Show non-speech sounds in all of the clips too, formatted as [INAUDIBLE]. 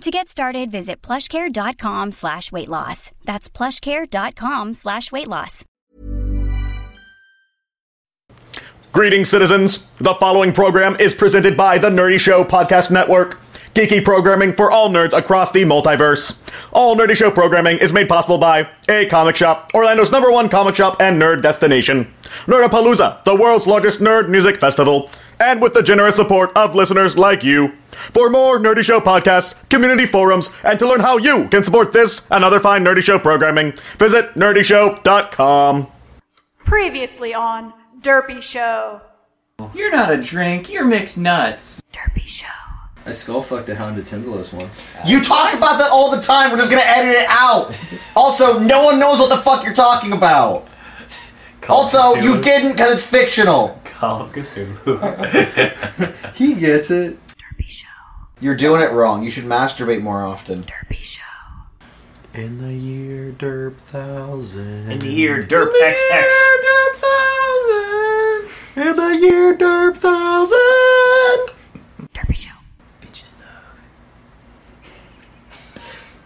To get started, visit plushcare.com slash weight loss. That's plushcare.com slash weight loss. Greetings, citizens. The following program is presented by the Nerdy Show Podcast Network. Geeky programming for all nerds across the multiverse. All Nerdy Show programming is made possible by A Comic Shop, Orlando's number one comic shop and nerd destination, Nerdapalooza, the world's largest nerd music festival, and with the generous support of listeners like you. For more Nerdy Show podcasts, community forums, and to learn how you can support this and other fine Nerdy Show programming, visit nerdyshow.com. Previously on Derpy Show. You're not a drink. You're mixed nuts. Derpy Show. I skull fucked a hound of Tindalos once. You talk about that all the time. We're just gonna edit it out. Also, no one knows what the fuck you're talking about. Also, you didn't because it's fictional. Call of Cthulhu. He gets it. Derpy Show. You're doing it wrong. You should masturbate more often. Derpy Show. In the year derp thousand. In the year Derp XX. In the year derp thousand. Derpy Show. Bitches love.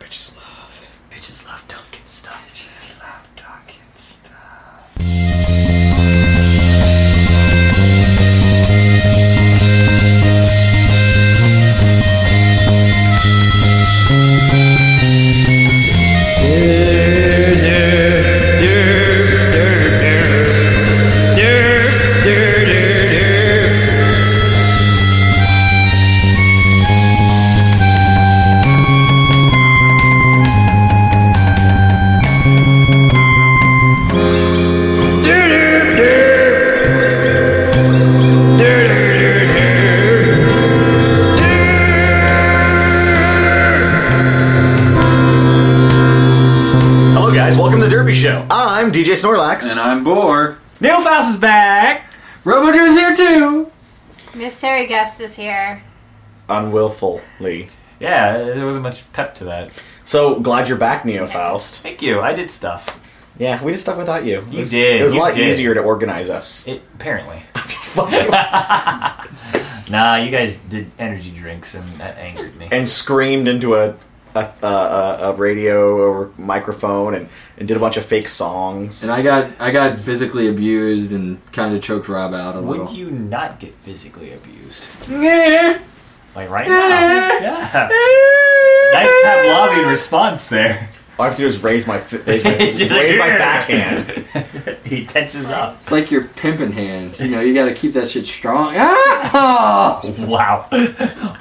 Bitches love. Bitches love Dunkin' stuff. Bitches love Dunkin' stuff. Hello, guys. Welcome to Derby Show. I'm DJ Snorlax. And I'm bored. Neil Faust is back. RoboJoe's here too. Miss Terry Guest is here. Unwillfully. Yeah, there wasn't much pep to that. So glad you're back, Neo Faust. Thank you. I did stuff. Yeah, we did stuff without you. It You did, It was you a lot did. easier to organize us. [LAUGHS] It apparently. Fuck you. Nah, you guys did energy drinks, and that angered me. and screamed into a a, a, a, a radio or microphone and, and did a bunch of fake songs. And I got I got physically abused and kind of choked Rob out a Would little. you not get physically abused? like right now? yeah. Nice Pavlovian response there. All I have to do is raise my fi- raise my, It's raise [LAUGHS] just like, my "Yeah." backhand. He tenses up. It's like your pimping hand. You know, you got to keep that shit strong. Ah! Wow.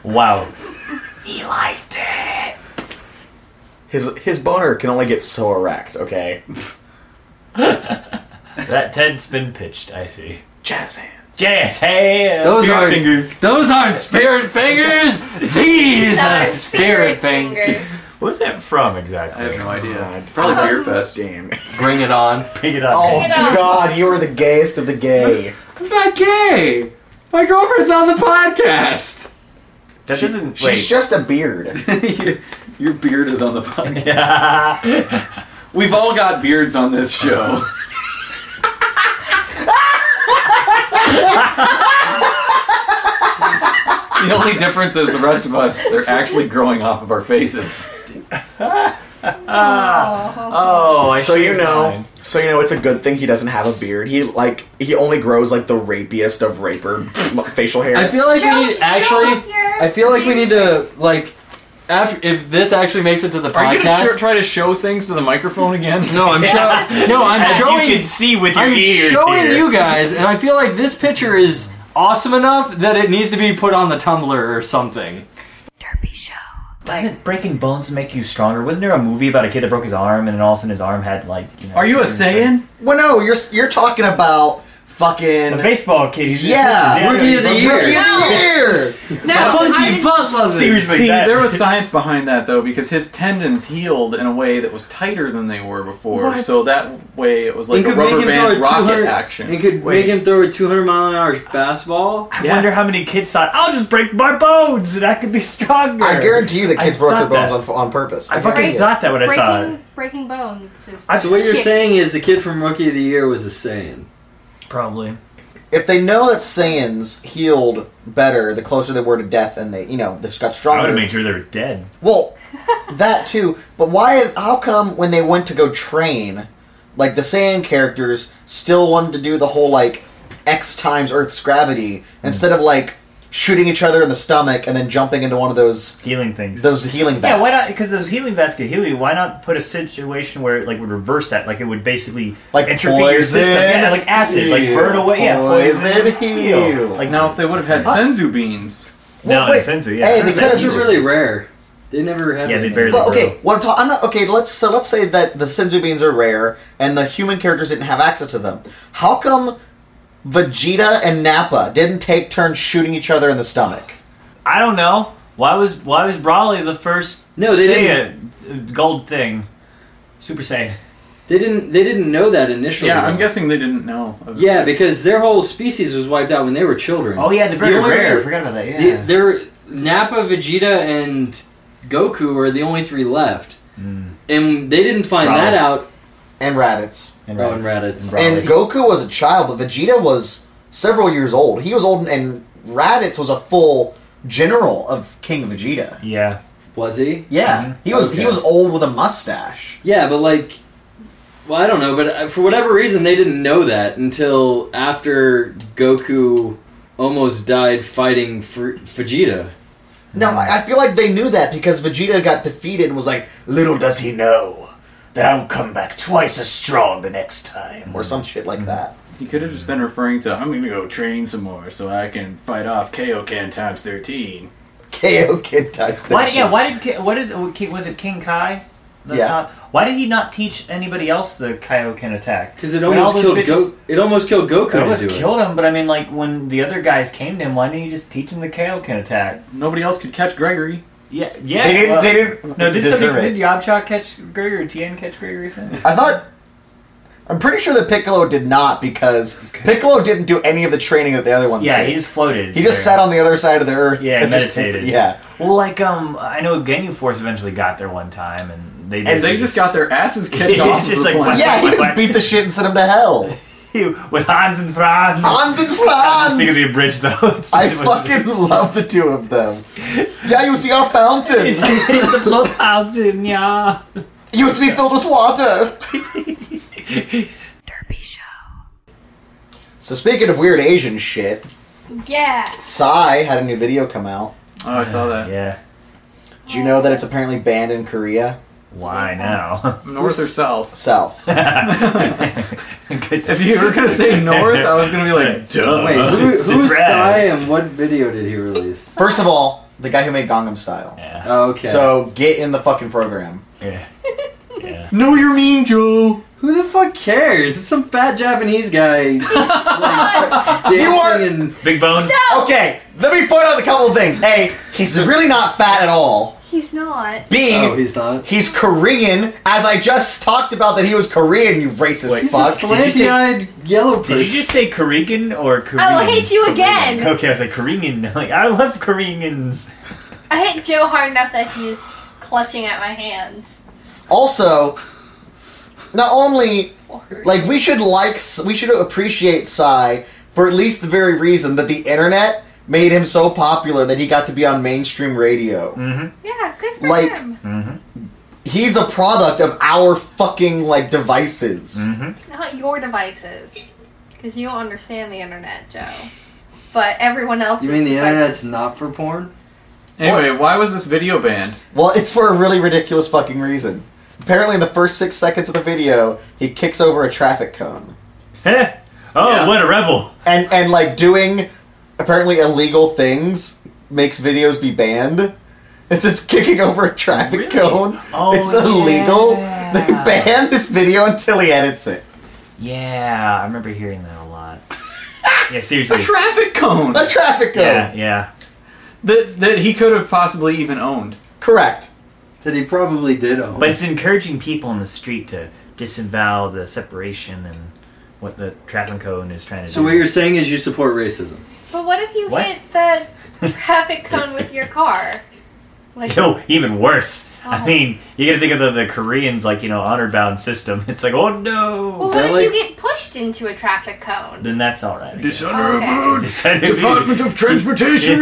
Wow. He liked it. His his boner can only get so erect. Okay, That tent's been pitched, I see. jazz hands. Jazz hands. Those spirit aren't- uh, fingers. Those aren't spirit fingers. These are spirit fingers. [LAUGHS] What's that from exactly? I have no idea. Probably Beer Fest. Damn. Bring it on. Pick it up. Oh Get up. God, you are the gayest of the gay. I'm not gay. My girlfriend's on the podcast. that doesn't. Wait. She's just a beard. your, [LAUGHS] your beard is on the [LAUGHS] podcast. Yeah. We've all got beards on this [LAUGHS] show. the only difference is the rest of us are actually growing off of our faces. oh, I So see you it's know, fine. so you know, it's a good thing he doesn't have a beard. He like he only grows like the rapiest of raper [LAUGHS] facial hair. I feel like Show- we need show actually. off your I feel like we need jeans. to like. After, if this actually makes it to the podcast, Are you gonna show, try to show things to the microphone again? no, [LAUGHS] [LAUGHS] I'm showing. No, I'm As showing. you can see with your I'm ears showing here. you guys, and I feel like this picture is awesome enough that it needs to be put on the Tumblr or something. Derpy Show. Doesn't breaking bones make you stronger? Wasn't there a movie about a kid that broke his arm and then all of a sudden his arm had like? You know, Are you a certain- Saiyan? well, no, you're you're talking about fucking A baseball kid. He's Yeah, rookie of the year. No, I didn't- Seriously, See, that- there was science behind that though, because his tendons healed in a way that was tighter than they were before. What? So that way, it was like It a rubber band rocket 200 action. It could make Wait. him throw a 200 mile an hour fastball. I wonder how many kids thought I'll just break my bones and I could be stronger. I guarantee you that I kids broke their thought bones that. on, on purpose. I fucking Break- thought that when I saw it. breaking, breaking bones is I- So what you're shit. saying is the kid from Rookie of the Year was a Saiyan. Probably. If they know that Saiyans healed better the closer they were to death, and they, you know, they just got I would stronger. have made sure they were dead. Well, that too. But why? How come when they went to go train, like the Saiyan characters still wanted to do the whole like X times Earth's gravity instead of like shooting each other in the stomach and then jumping into one of those Healing things. those healing vats? yeah, why not? Because those healing vats could heal you. Why not put a situation where it like would reverse that? Like it would basically Like entropy your system. poison? Yeah, like acid, like burn away. Yeah, poison heal. Like Like now, if they would have had senzu beans, no, wait. in a sense, yeah. Hey, they could have This is really rare. They never have. Yeah, they anything. barely- Well, Bro. okay. What I'm, ta- I'm not okay. Let's so let's say that the senzu beans are rare and the human characters didn't have access to them. How come Vegeta and Nappa didn't take turns shooting each other in the stomach? I don't know. Why was why was Brawly the first? No, they Saiyan, uh, Gold thing, Super Saiyan. They didn't. They didn't know that initially. yeah, though. I'm guessing they didn't know. of- Yeah, because their whole species was wiped out when they were children. Oh yeah, the very The only rare. way- I forgot about that. Yeah. The, they're Nappa, Vegeta, and Goku are the only three left, Hmm. and they didn't find Probably. that out. And Raditz. Oh, and Raditz. And Goku was a child, but Vegeta was several years old. He was old, and Raditz was a full general of King Vegeta. yeah. Was he? Yeah, Mm-hmm. he was. He Okay. was old with a mustache. Yeah, but like, well, I don't know, but uh, for whatever reason, they didn't know that until after Goku almost died fighting for Vegeta. No, Mm-hmm. I I feel like they knew that because Vegeta got defeated and was like, "Little does he know that I'll come back twice as strong the next time," or some shit Mm-hmm. like that. [LAUGHS] he could have just been referring to. I'm gonna go train some more so I can fight off Kaioken times thirteen. KO Kid types. Why? did- Yeah. Why did? Ki- What did? oh, Ki- Was it King Kai? The Yeah. top- Why did he not teach anybody else the Kaioken attack? Because it I mean, all almost those killed bitches- Go- It almost killed Goku. It to almost do it. killed him, but I mean, like when the other guys came to him, why didn't he just teach him the Kaioken attack? Nobody else could catch Gregory. Yeah, yeah. They didn't- well- they didn't No, did deserve somebody, it. did Yamcha catch Gregory or Tien catch Gregory? [LAUGHS] I thought. I'm pretty sure that Piccolo did not because Piccolo didn't do any of the training that the other ones yeah, did. he just floated. He just there. sat on the other side of the earth. [LAUGHS] Yeah, and just- [LAUGHS] meditated. yeah. Well, like um, I know Genu Force eventually got there one time, and they And they just got their asses kicked Yeah, off. just Just like, like what? Yeah, he just beat the shit and sent him to hell. [LAUGHS] with Hans and Franz. Hans and Think of Franz! the abridged though. It's- I [LAUGHS] it was- fucking love the two of them. Yeah, you see our fountain. It it's a blow fountain, yeah. used to be filled with water. Derpy Show. So speaking of weird Asian shit, Yeah. Psy had a new video come out. Oh, I saw that. Yeah. Do you know that it's apparently banned in Korea? Why now? [LAUGHS] North or south? South. Good to If see you were gonna say north, I was gonna be like, duh. Wait, [LAUGHS] who, [LAUGHS] who's Surprise. Psy and what video did he release? First of all, the guy who made Gangnam Style. Yeah. Oh, okay. So get in the fucking program. yeah. Yeah. No, you're mean, Joe. who the fuck cares? It's some fat Japanese guy. like, You are- dancing and- Big Bone. Okay, let me point out a couple of things. A, he's really not fat at all. He's not. B, Oh, he's not. He's Korean, as I just talked about that he was Korean, you racist Wait, He's fuck. a slanty-eyed yellow person. Did you just say Korean or Korean? I will hate you again. Okay, I was like Korean. [LAUGHS] Like I love Koreans. I hit Joe hard enough that he's clutching at my hands. also, not only like we should like S- we should appreciate Psy for at least the very reason that the internet made him so popular that he got to be on mainstream radio. Mm. Mm-hmm. Yeah, good for Like- him. He's a product of our fucking like devices. Mm. Not your devices. Because you don't understand the internet, Joe. But everyone else You mean the internet's not for porn? Anyway, why was this video banned? Well, it's for a really ridiculous fucking reason. Apparently, in the first six seconds of the video, he kicks over a traffic cone. Heh. [LAUGHS] oh, Yeah. what a rebel! and and like doing apparently illegal things makes videos be banned. It's just kicking over a traffic Really? cone. Oh, it's illegal. yeah. They ban this video until he edits it. Yeah, I remember hearing that a lot. Yeah, seriously. A traffic cone. A traffic cone. Yeah, yeah. That that he could have possibly even owned. Correct. That he probably did own. But it's encouraging people in the street to disavow the separation and what the traffic cone is trying to so do. what you're saying is you support racism. But what if you What? hit [LAUGHS] that traffic cone with your car? [LAUGHS] Like, Yo, even worse. I Oh. mean, you gotta think of the, the Koreans, like, you know, honor bound system. [LAUGHS] It's like, oh no! well, is what that if like- you get pushed into a traffic cone? Then that's alright. [LAUGHS] Dishonorable Department [LAUGHS] of Transportation.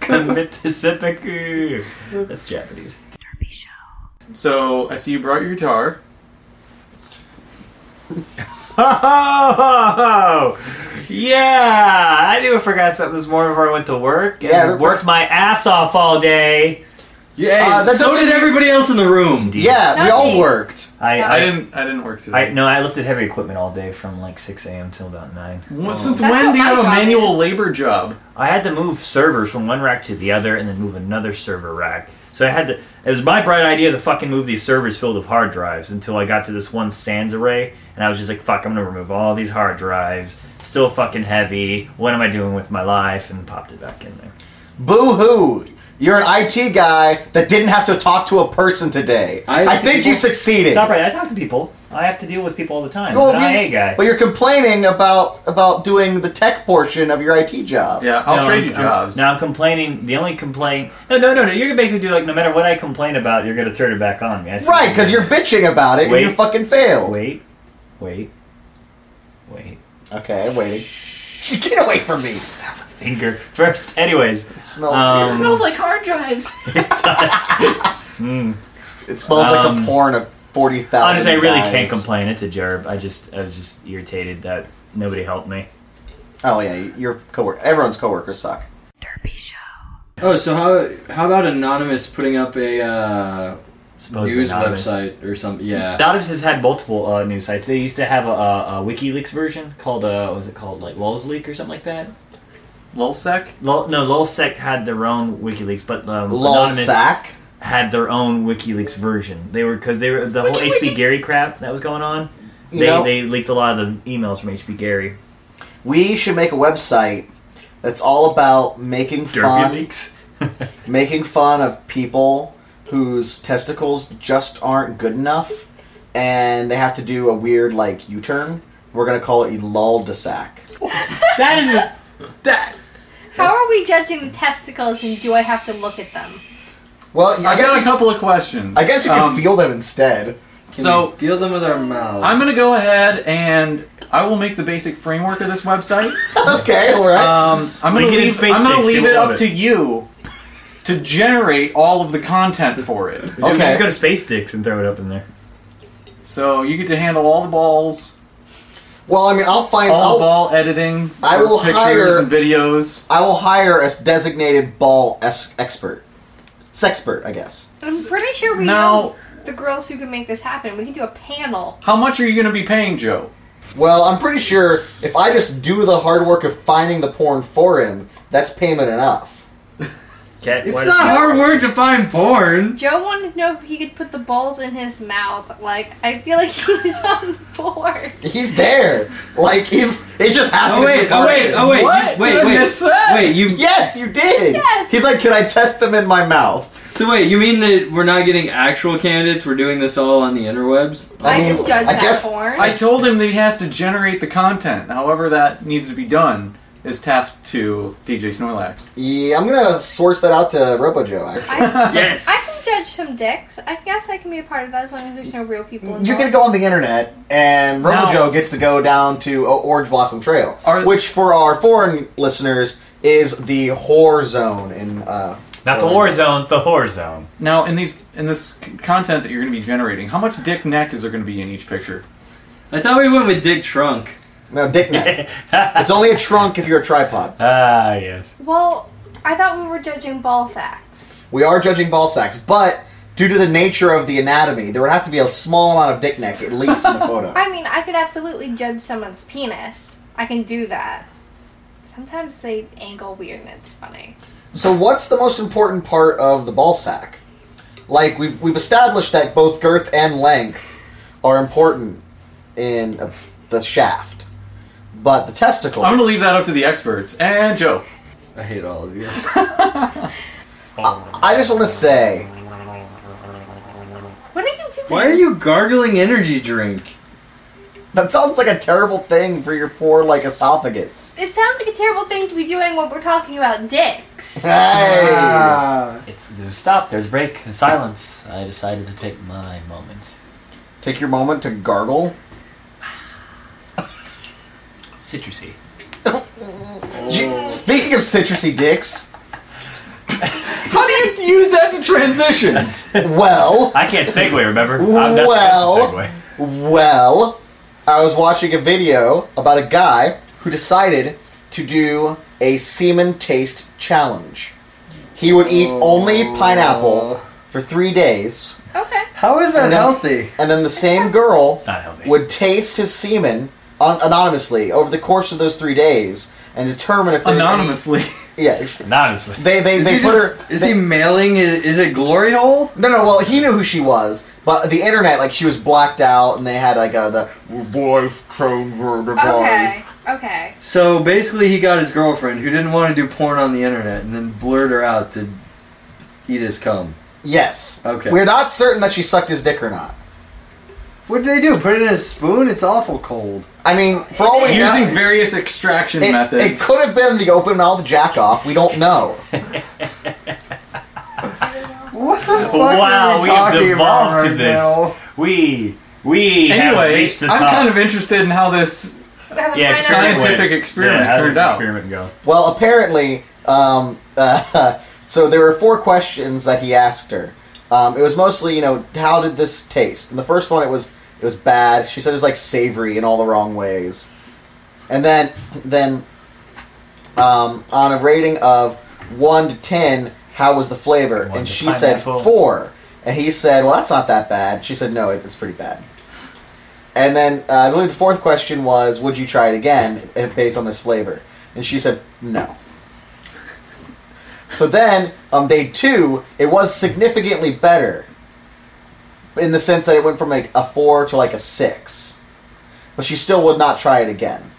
Commit the seppuku. That's Japanese. [LAUGHS] Derpy Show. [LAUGHS] so I see you brought your guitar. Ho ho ho ho! Yeah! I knew I forgot something this morning before I went to work. and Yeah, worked my ass off all day. Yeah, Uh, that so doesn't- did everybody else in the room. Yeah, we all Nothing. worked. I, Yeah. I I, didn't. I didn't work today. I, no, I lifted heavy equipment all day from like 6 a.m. till about 9. Well, Since That's when what do you my have a job manual is. labor job? I had to move servers from one rack to the other and then move another server rack. So I had to. It was my bright idea to fucking move these servers filled with hard drives until I got to this one SANS array and I was just like, fuck, I'm gonna remove all these hard drives. Still fucking heavy. What am I doing with my life? And popped it back in there. Boo hoo. You're an IT guy that didn't have to talk to a person today. I- I, think you succeeded. Stop right. I talk to people. I have to deal with people all the time. Well, I'm an we- IA guy. But you're complaining about about doing the tech portion of your IT job. Yeah, I'll No, trade I'm- you I'm- jobs. Now I'm complaining. The only complaint. No, no, no, no. You're gonna basically do like no matter what I complain about, you're gonna turn it back on me. I see Right, because you're bitching about it Wait. and you fucking fail. Wait, wait, wait. Okay, I'm waiting. [LAUGHS] Get away from me. Finger [LAUGHS] first. Anyways, It smells Um, weird. like hard drives. It smells like um, the porn of 40,000 honestly, I really guys. can't complain. It's a gerb. I just, I was just irritated that nobody helped me. Oh, yeah, your coworker. Everyone's coworkers suck. Derpy Show. Oh, so how how about anonymous putting up a uh, Supposedly news anonymous. website or something? Yeah. Anonymous has had multiple uh, news sites. They used to have a, a, a WikiLeaks version called, uh, what was it called, like Lulz Leak or something like that. Lulsec. Lul, no, Lulzsec had their own WikiLeaks, but um, Lol Anonymous sack. had their own WikiLeaks version. They were because they were the whole Wiki, HB Gary crap that was going on. You They, know- they leaked a lot of the emails from HB Gary. We should make a website that's all about making fun, leaks. making fun of people whose testicles just aren't good enough, and they have to do a weird like U-turn. We're gonna call it lol de sack. That is a, that. How are we judging the testicles and do I have to look at them? Well, I I got a guess you, couple of questions. I guess you can Um, feel them instead. [LAUGHS] Can so- we feel them with our mouth. I'm gonna go ahead and I will make the basic framework of this website. okay, all right. Um, I'm gonna Link it in leave, space I'm gonna sticks, leave you'll it love up it. to you to generate all of the content for it. Dude, okay. Just go to Space Sticks and throw it up in there. So you get to handle all the balls, well, I mean, I'll find. all the I'll, Oh, ball editing, I for will pictures hire- and videos. I will hire a designated ball es- expert, sexpert, I guess. I'm pretty sure we Now- know the girls who can make this happen. We can do a panel. How much are you gonna be paying, Joe? Well, I'm pretty sure if I just do the hard work of finding the porn for him, that's payment enough. Cat, it's why- not hard work to find porn. Joe wanted to know if he could put the balls in his mouth. Like, I feel like [LAUGHS] he's on board. He's there. Like he's it just happened. Oh to wait! be Oh wait! part Oh of it. wait! What? Wait! Did I wait! miss that? Wait! You. Yes, you did. Yes. He's like, can I test them in my mouth? So wait! You mean that we're not getting actual candidates? We're doing this all on the interwebs? I, mean, can judge I that guess- porn. I told him that he has to generate the content. However, that needs to be done is tasked to DJ Snorlax. Yeah, I'm gonna source that out to RoboJo. Actually, I, Yes. I [LAUGHS] can judge some dicks. I guess I can be a part of that as long as there's no real people involved. you're gonna go on the internet, and RoboJo Now- gets to go down to O- Orange Blossom Trail, Are- which for our foreign listeners is the whore zone in. Uh, Not the war zone, the whore zone. Now, in these in this c- content that you're going to be generating, how much dick neck is there going to be in each picture? I thought we went with Dick Trunk. No, dick [LAUGHS] neck. it's only a trunk if you're a tripod. Ah, yes. Well, I thought we were judging ball sacks. We are judging ball sacks, but due to the nature of the anatomy, there would have to be a small amount of dick neck at least in the photo. I mean, I could absolutely judge someone's penis. I can do that. Sometimes they angle weird and it's funny. So, what's the most important part of the ball sack? Like we've we've established that both girth and length are important in uh, the shaft. but the testicle. I'm gonna leave that up to the experts and Joe. I hate all of you. I just want to say, What are you doing? Why are you gargling energy drink? that sounds like a terrible thing for your poor, like, esophagus. It sounds like a terrible thing to be doing when we're talking about [LAUGHS] dicks. Hey! It's there's stop. There's a break. There's silence. I decided to take my moment. Take your moment to gargle. Citrusy. Gee, Speaking of citrusy dicks, How do you use that to transition? well, I can't segue. Remember? I'm not- that's a Well- segue. well, I was watching a video about a guy who decided to do a semen taste challenge. He would eat only Oh. pineapple for three days, Okay. How is that No. healthy? and then the same girl It's not healthy. would taste his semen on, anonymously over the course of those three days and determine if there's any- Anonymously. [LAUGHS] Yeah, Anonymously. they they, Is they he put just- her. Is they- he mailing? Is, is it glory hole? No, no. Well, he knew who she was, but the internet, like, she was blacked out, and they had like a, the boys chrome the Okay. Okay. So basically, he got his girlfriend who didn't want to do porn on the internet, and then blurred her out to eat his cum. Yes. Okay. We're not certain that she sucked his dick or not. What did they do? Put it in a spoon? It's awful cold. I mean, for all we know, Using various extraction it, methods. it could have been the open mouth jack off. We don't [LAUGHS] know. What the fuck? are Wow, we we, have talking about devolved to right this. now? We we have anyway, reached the I'm top. kind of interested in how this. yeah, experiment Scientific went. experiment Yeah, how does turned this out. Experiment go. Well, apparently, um, [LAUGHS] uh, so there were four questions that he asked her. Um, it was mostly, you know, how did this taste? And the first one, it was it was bad. She said it was like savory in all the wrong ways. And then then um, on a rating of one to ten, how was the flavor? One and to she said pineapple. four. And he said, well, that's not that bad. She said, no, it, it's pretty bad. And then uh, I believe the fourth question was, would you try it again eh, based on this flavor? And she said, no. So then, on day two, it was significantly better in the sense that it went from like a four to like a six. But she still would not try it again.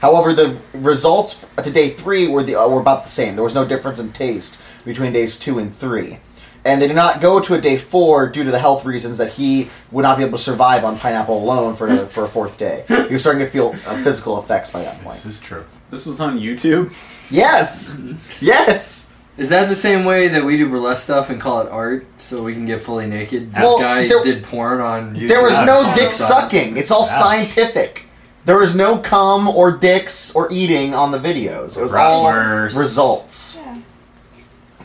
However, the results to day three were the uh, were about the same. There was no difference in taste between days two and three, and they did not go to a day four due to the health reasons that he would not be able to survive on pineapple alone for another, for a fourth day. He was starting to feel uh, physical effects by that [LAUGHS] point. This is true. This was on YouTube. Yes, yes. Is that the same way that we do burlesque stuff and call it art so we can get fully naked? This Well, guy there- did porn on YouTube. There was no Ouch. dick sucking. It's all scientific. There was no cum or dicks or eating on the videos. It was all Bratwurst. results.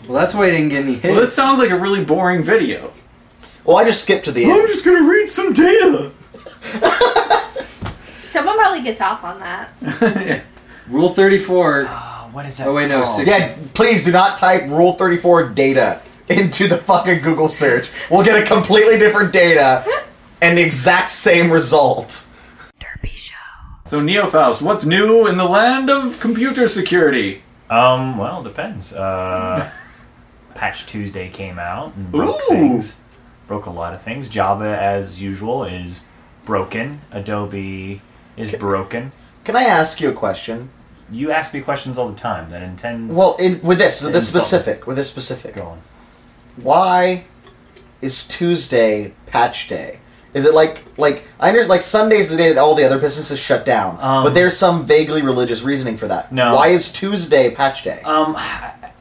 Well, that's why he didn't get any hits. Well, this sounds like a really boring video. Well, I just skipped to the end. just gonna read some [LAUGHS] data. Someone probably gets off on [LAUGHS] that. Rule 34. Oh, what is that? Oh, wait, no. called? 60. Yeah, please do not type Rule 34 data into the fucking Google search. We'll get a completely different data and the exact same result. Derpy Show. So Neofaust, what's new in the land of computer security? Um. Well, depends. [LAUGHS] Uh, Patch Tuesday came out and broke Ooh. things. Broke a lot of things. Java, as usual, is broken. Adobe is broken. Can I ask you a question? You ask me questions all the time that intend Well, in, with this, with this Insult. specific, with this specific, going. why is Tuesday patch day? Is it like like I understand like Sunday's the day that all the other businesses shut down, Um, but there's some vaguely religious reasoning for that. No. Why is Tuesday patch day? Um,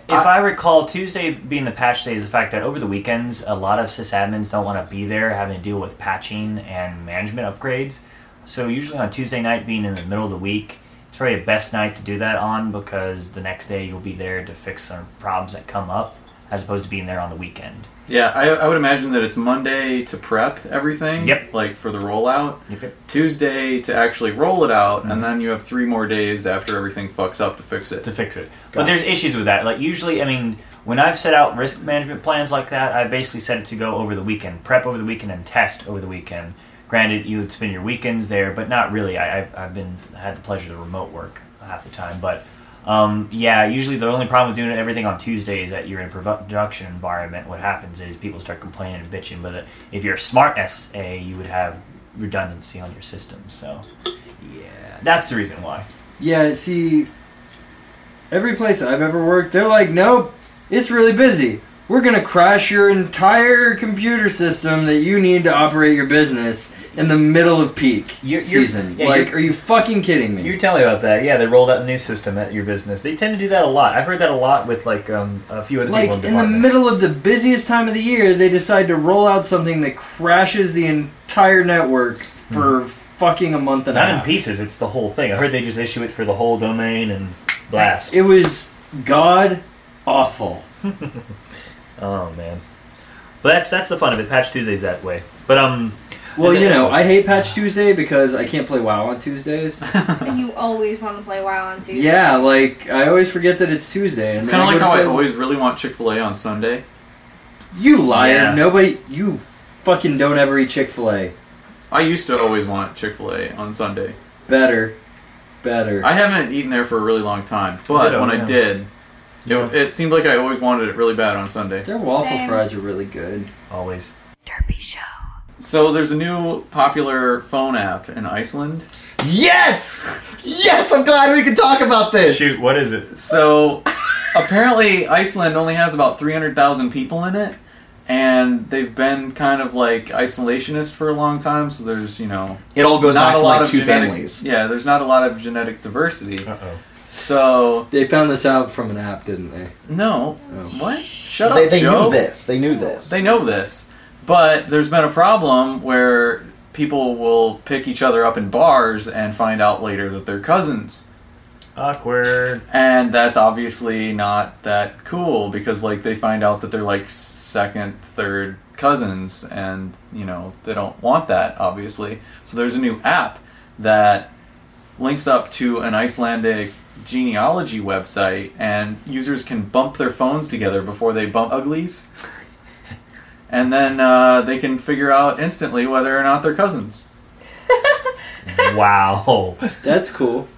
if I, recall, Tuesday being the patch day is the fact that over the weekends, a lot of sysadmins don't want to be there having to deal with patching and management upgrades. So usually on Tuesday night, being in the middle of the week, it's probably the best night to do that on because the next day you'll be there to fix some problems that come up, as opposed to being there on the weekend. Yeah, I, I would imagine that it's Monday to prep everything. Yep. Like for the rollout. Yep, yep. Tuesday to actually roll it out, and then you have three more days after everything fucks up to fix it. to fix it. But there's issues with that. Like usually, I mean, when I've set out risk management plans like that, I basically set it to go over the weekend, prep over the weekend, and test over the weekend. Granted, you would spend your weekends there, but not really. I, I've, I've been had the pleasure of remote work half the time, but um, yeah, usually the only problem with doing everything on Tuesday is that you're in a produ- production environment. What happens is people start complaining and bitching. But if you're a smart SA, you would have redundancy on your system. So yeah, that's the reason why. Yeah, see, every place I've ever worked, they're like, nope, it's really busy. We're going to crash your entire computer system that you need to operate your business in the middle of peak You're- you're- season. yeah, like, you're- are you fucking kidding me? You tell me about that. Yeah, they rolled out a new system at your business. They tend to do that a lot. I've heard that a lot with like um, a few other like, people in in the departments. middle of the busiest time of the year, they decide to roll out something that crashes the entire network Hmm. for fucking a month and a Not half. in pieces. It's the whole thing. I heard they just issue it for the whole domain and blast. It was god awful. oh man, but that's that's the fun of it. Patch Tuesday's that way. But um, Well, you know, Yes. I hate Patch Tuesday because I can't play WoW on [LAUGHS] Tuesdays. And you always want to play WoW on Tuesday. yeah, like I always forget that it's Tuesday. And It's then kind of like go how I to always really want Chick Fil A on Sunday. play- You liar! Yeah. Nobody, you fucking don't ever eat Chick Fil A. I used to always want Chick Fil A on Sunday. Better, better. I haven't eaten there for a really long time, but Ditto, when yeah. I did, Yeah. it, it seemed like I always wanted it really bad on Sunday. Their waffle Same. fries are really good. always Derpy Show. So there's a new popular phone app in Iceland. Yes! Yes, I'm glad we can talk about this! shoot. What is it? So apparently, Iceland only has about 300,000 people in it, and they've been kind of like isolationist for a long time. So there's you know It all goes not back a to lot like of two genetic, families. Yeah, there's not a lot of genetic diversity. Uh oh. So They found this out from an app, didn't they? no, what? Shut Oh. They, up, they Joe. knew this. They knew this. They know this, but there's been a problem where people will pick each other up in bars and find out later that they're cousins. Awkward. And that's obviously not that cool because like they find out that they're like second, third cousins and you know, they don't want that obviously. So there's a new app that links up to an Icelandic genealogy website and users can bump their phones together before they bump uglies. And then uh, they can figure out instantly whether or not they're cousins. Wow. That's cool.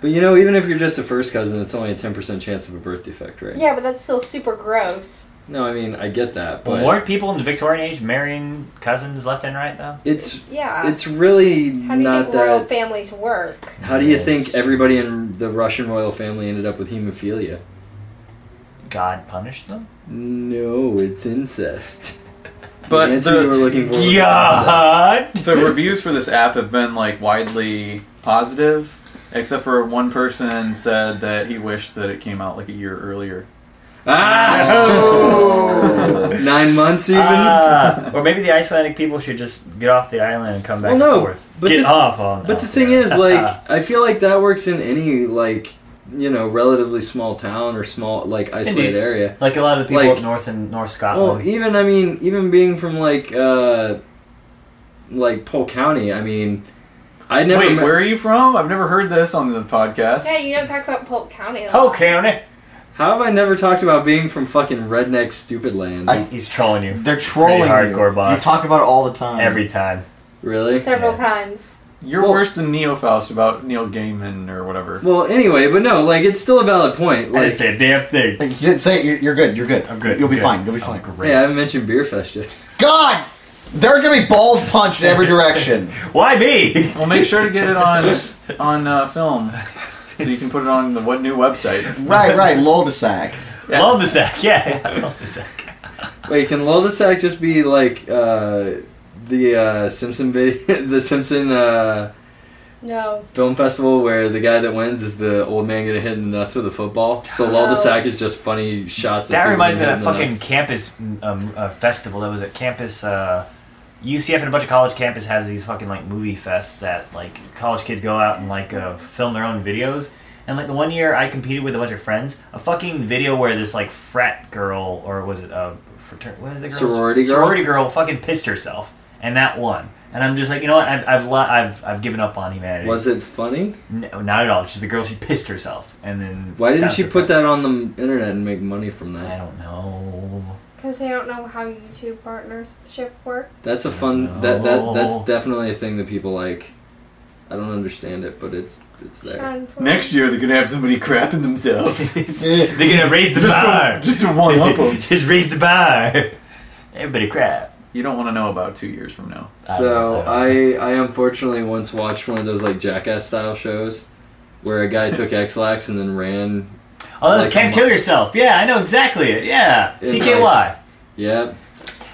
But you know, even if you're just a first cousin, it's only a ten percent chance of a birth defect, right? Yeah, but that's still super gross. No, I mean I get that, [LAUGHS] but Well, weren't people in the Victorian age marrying cousins left and right though? it's Yeah. it's really How do you not think that. royal families work? How do you Yes. think everybody in the Russian royal family ended up with hemophilia? God punished them. No, it's incest. But the answer the- you were looking for was incest. God. the reviews for this app have been like widely positive, except for one person said that he wished that it came out like a year earlier. [LAUGHS] Oh. Ah! Nine months even? Ah, or maybe the Icelandic people should just get off the island and come back Well, no, and forth. but get the- off oh, on. but the thing is, like, I feel like that works in any, like, you know, relatively small town or small, like, isolated Indeed. area. [LAUGHS] like a lot of the people like- up north in North Well, e- Scotland. even, I mean, even being from, like, uh, like, Polk County, I mean, I never. Wait, met- where are you from? I've never heard this on the podcast. Yeah, you don't talk about Polk County. a lot. oh, County. How have I never talked about being from fucking redneck stupid land? I- He's trolling you They're trolling Pretty you. hardcore boss. You talk about it all the time. every time. really? Several Yeah. times. You're Well- worse than Neo Faust about Neil Gaiman or whatever. Well, anyway, but no, like, it's still a valid point. I Like, didn't say a damn thing. You didn't say it. You're, you're good. You're good. I'm good. You'll be I'm fine. good. You'll be I'm fine. Great. hey, I haven't mentioned Beer Fest yet. God! They're gonna be balls punched in every direction. Why me? Well, make sure to get it on on uh, film so you can put it on the what new website. right, right. Lul-de-sac. Yeah. Love the sack. [LAUGHS] Yeah, yeah, I love the sack. Wait, can Lul-de-Sac just be like uh, the uh, Simpson video, [LAUGHS] the Simpson uh, No. film festival where the guy that wins is the old man getting hit in the nuts with a football? So Lul-de-Sac is just funny shots. of That people reminds me getting of that hit in fucking the nuts. campus um, uh, festival that was at campus. Uh, UCF and a bunch of college campus has these fucking like movie fests that like college kids go out and like uh, film their own videos. And like the one year I competed with a bunch of friends, a fucking video where this like frat girl or was it a fraternity? What is the girl? Sorority girl? Sorority girl fucking pissed herself, and that won. And I'm just like, you know what? I've I've lo- I've, I've given up on humanity. Was it funny? No, not at all. She's the girl. She pissed herself, and then Why didn't down she to- put that on the internet and make money from I that? don't know. Because they don't know how YouTube partnership work. That's a fun. That that that's definitely a thing that people like. I don't understand it, but it's it's there. Sean Ford. Next year they're gonna have somebody [LAUGHS] crapping themselves. They're gonna raise the Just bar. to, just to one up [LAUGHS] 'em. Just raise the bar. [LAUGHS] Everybody crap. You don't want to know about two years from now. So I I unfortunately once watched one of those like Jackass style shows, where a guy [LAUGHS] took Xlax and then ran. Oh, those Like can't a kill mo- yourself. Yeah, I know exactly it. Yeah, It's CKY. like- Yep.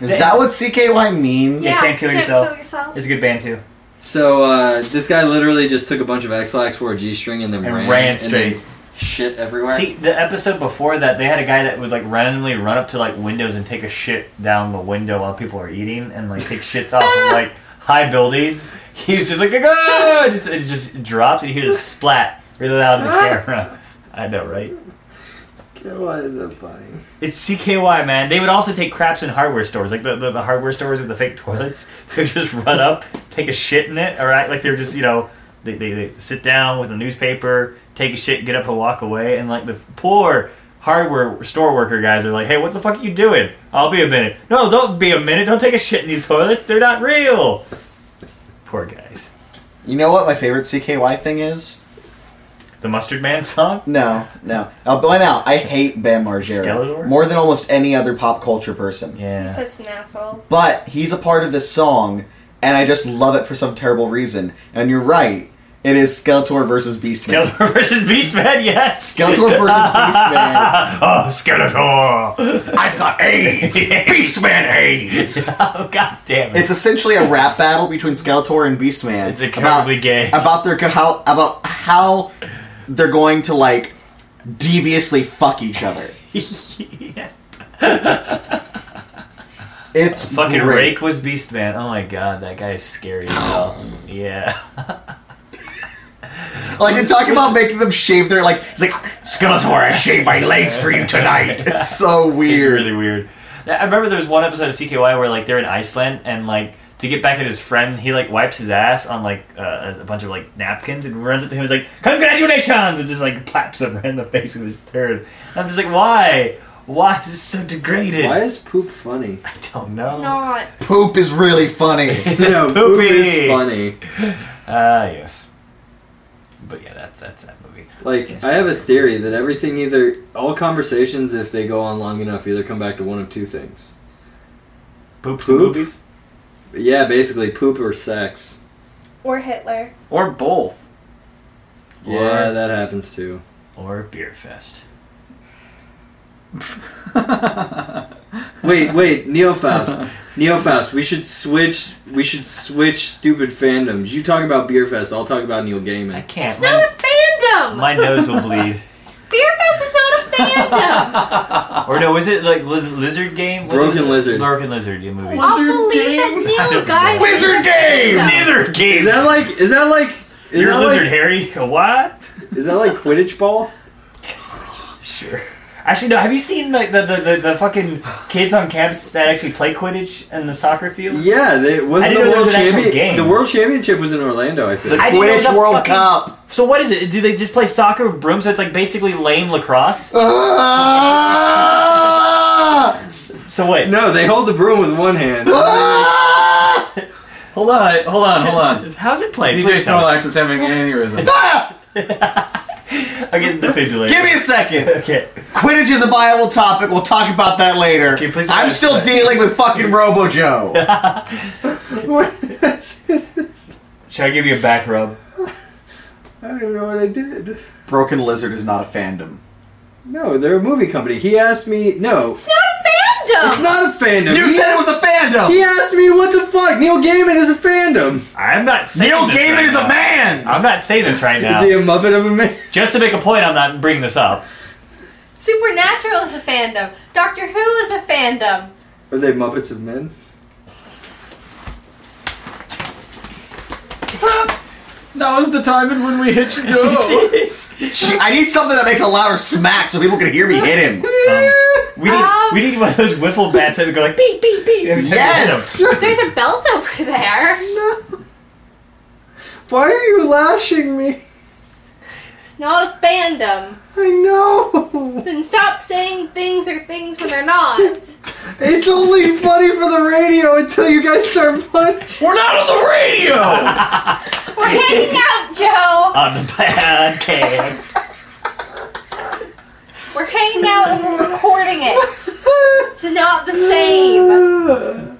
Is that what CKY means? Yeah, can't kill yourself. Kill yourself. It's a good band too. So uh, this guy literally just took a bunch of Xlax, wore a G string, and then And ran, ran and then straight. shit everywhere. See, the episode before that, they had a guy that would like randomly run up to like windows and take a shit down the window while people are eating, and like take shits off [LAUGHS] of like high buildings. He's just like, ah! and just, it just drops, and you hear the splat really [LAUGHS] loud in the camera. I know, right? Why is that funny? It's CKY, man. They would also take craps in hardware stores, like the, the, the hardware stores with the fake toilets. [LAUGHS] They would just run up, take a shit in it, all right? Like they're just, you know, they, they, they sit down with a newspaper, take a shit, get up and walk away. And like the poor hardware store worker guys are like, hey, what the fuck are you doing? I'll be a minute. No, don't be a minute. Don't take a shit in these toilets. They're not real. Poor guys. You know what my favorite CKY thing is? The Mustard Man song? No, no. I'll point out, I hate Bam Margera Skeletor? more than almost any other pop culture person. Yeah. He's such an asshole. But he's a part of this song, and I just love it for some terrible reason. And you're right, it is Skeletor versus Beastman. Skeletor [LAUGHS] versus Beastman, yes. Skeletor [LAUGHS] versus Beastman. oh, Skeletor. I've got [LAUGHS] AIDS. Beastman AIDS. [LAUGHS] oh, god damn it. It's essentially a rap battle between Skeletor and Beastman. It's incredibly gay. About their co- how about how they're going to like deviously fuck each other. [LAUGHS] Yeah. It's Fucking great. Rake was Beastman. Oh my god, that guy is scary as hell. Yeah. [LAUGHS] Like they talk about making them shave their like it's like Skeletor, I shave my legs for you tonight. [LAUGHS] It's so It's weird. really weird. I remember there was one episode of CKY where like they're in Iceland and like to get back at his friend, he like wipes his ass on like uh, a bunch of like napkins and runs up to him. He's like, "Congratulations!" and just like [LAUGHS] claps him right in the face with his turd. And I'm just like, why? Why is this so degraded? Why is poop [LAUGHS] funny? [LAUGHS] I don't know. [LAUGHS] Not. Poop is really [LAUGHS] funny. no, poop Poopy. is funny. Ah, yes. But yeah, that's that's that movie. Like Yes, I have a yes. theory that everything either all conversations if they go on long enough either come back to one of two things. Poops and Poop? boobies, But yeah, basically poop or sex. Or Hitler. Or both. Yeah, that happens too. or beer [LAUGHS] fest. Wait, wait, [LAUGHS] Neofaust. Neofaust, we should switch we should switch stupid fandoms. You talk about Beer Fest, I'll talk about Neil I Gaiman. can't. It's not a My, fandom! my nose will bleed. Beer Fest is not a fandom! Or no, is it like Liz- Lizard Game? What Broken is it? Lizard. Broken Lizard, you movie. I'll believe that Neil Guy Wizard Game! Lizard Game! Is that like is that like is You're that a like- lizard, Harry. [LAUGHS] What? is that like Quidditch ball? Sure. Actually, no. Have you seen like the, the, the, the fucking kids on campus that actually play Quidditch in the soccer field? Yeah, they I wasn't the didn't know there world was an actual champion. game. The world championship was in Orlando, I The think. I didn't know Quidditch the World fucking- Cup. So what is it? Do they just play soccer with brooms? So it's like basically lame lacrosse. Ah! So wait, No, they hold the broom with one hand. Ah! Hold on, hold on, hold on. how's it played? DJ Please tell me. Snorlax is having [LAUGHS] an aneurysm. Ah! I'm getting defibrillated. Give me a second. Okay. Quidditch is a viable topic. We'll talk about that later. Okay, please I'm don't still explain. dealing with [LAUGHS] fucking Robo Joe. [LAUGHS] [LAUGHS] Should I give you a back rub? I don't even know what I did. Broken Lizard is not a fandom. No, they're a movie company. He asked me. No, It's not a fandom! it's not a fandom. You he, said it was a he fandom. asked me what the fuck. Neil Gaiman is a fandom. I'm not saying Neil this Gaiman right is a now. man. I'm not saying this right now. Is he a Muppet of a man? Just to make a point, I'm not bringing this up. Supernatural is a fandom. Doctor Who is a fandom. Are they Muppets of Men? Now is the time and when we [LAUGHS] hit you go. Gee, I need something that makes a louder smack so people can hear me hit [LAUGHS] him. We need, Um, we need one of those wiffle bats that would go like beep beep beep. every time we hit Yes. There's a belt over there. Why are you lashing me? It's not a fandom. I know. Then stop saying things are things when they're not. It's only funny for the radio until you guys start punching. We're not on the radio! We're hanging out, Joe. on the [LAUGHS] podcast. We're hanging out and we're recording [LAUGHS] it. It's not the same.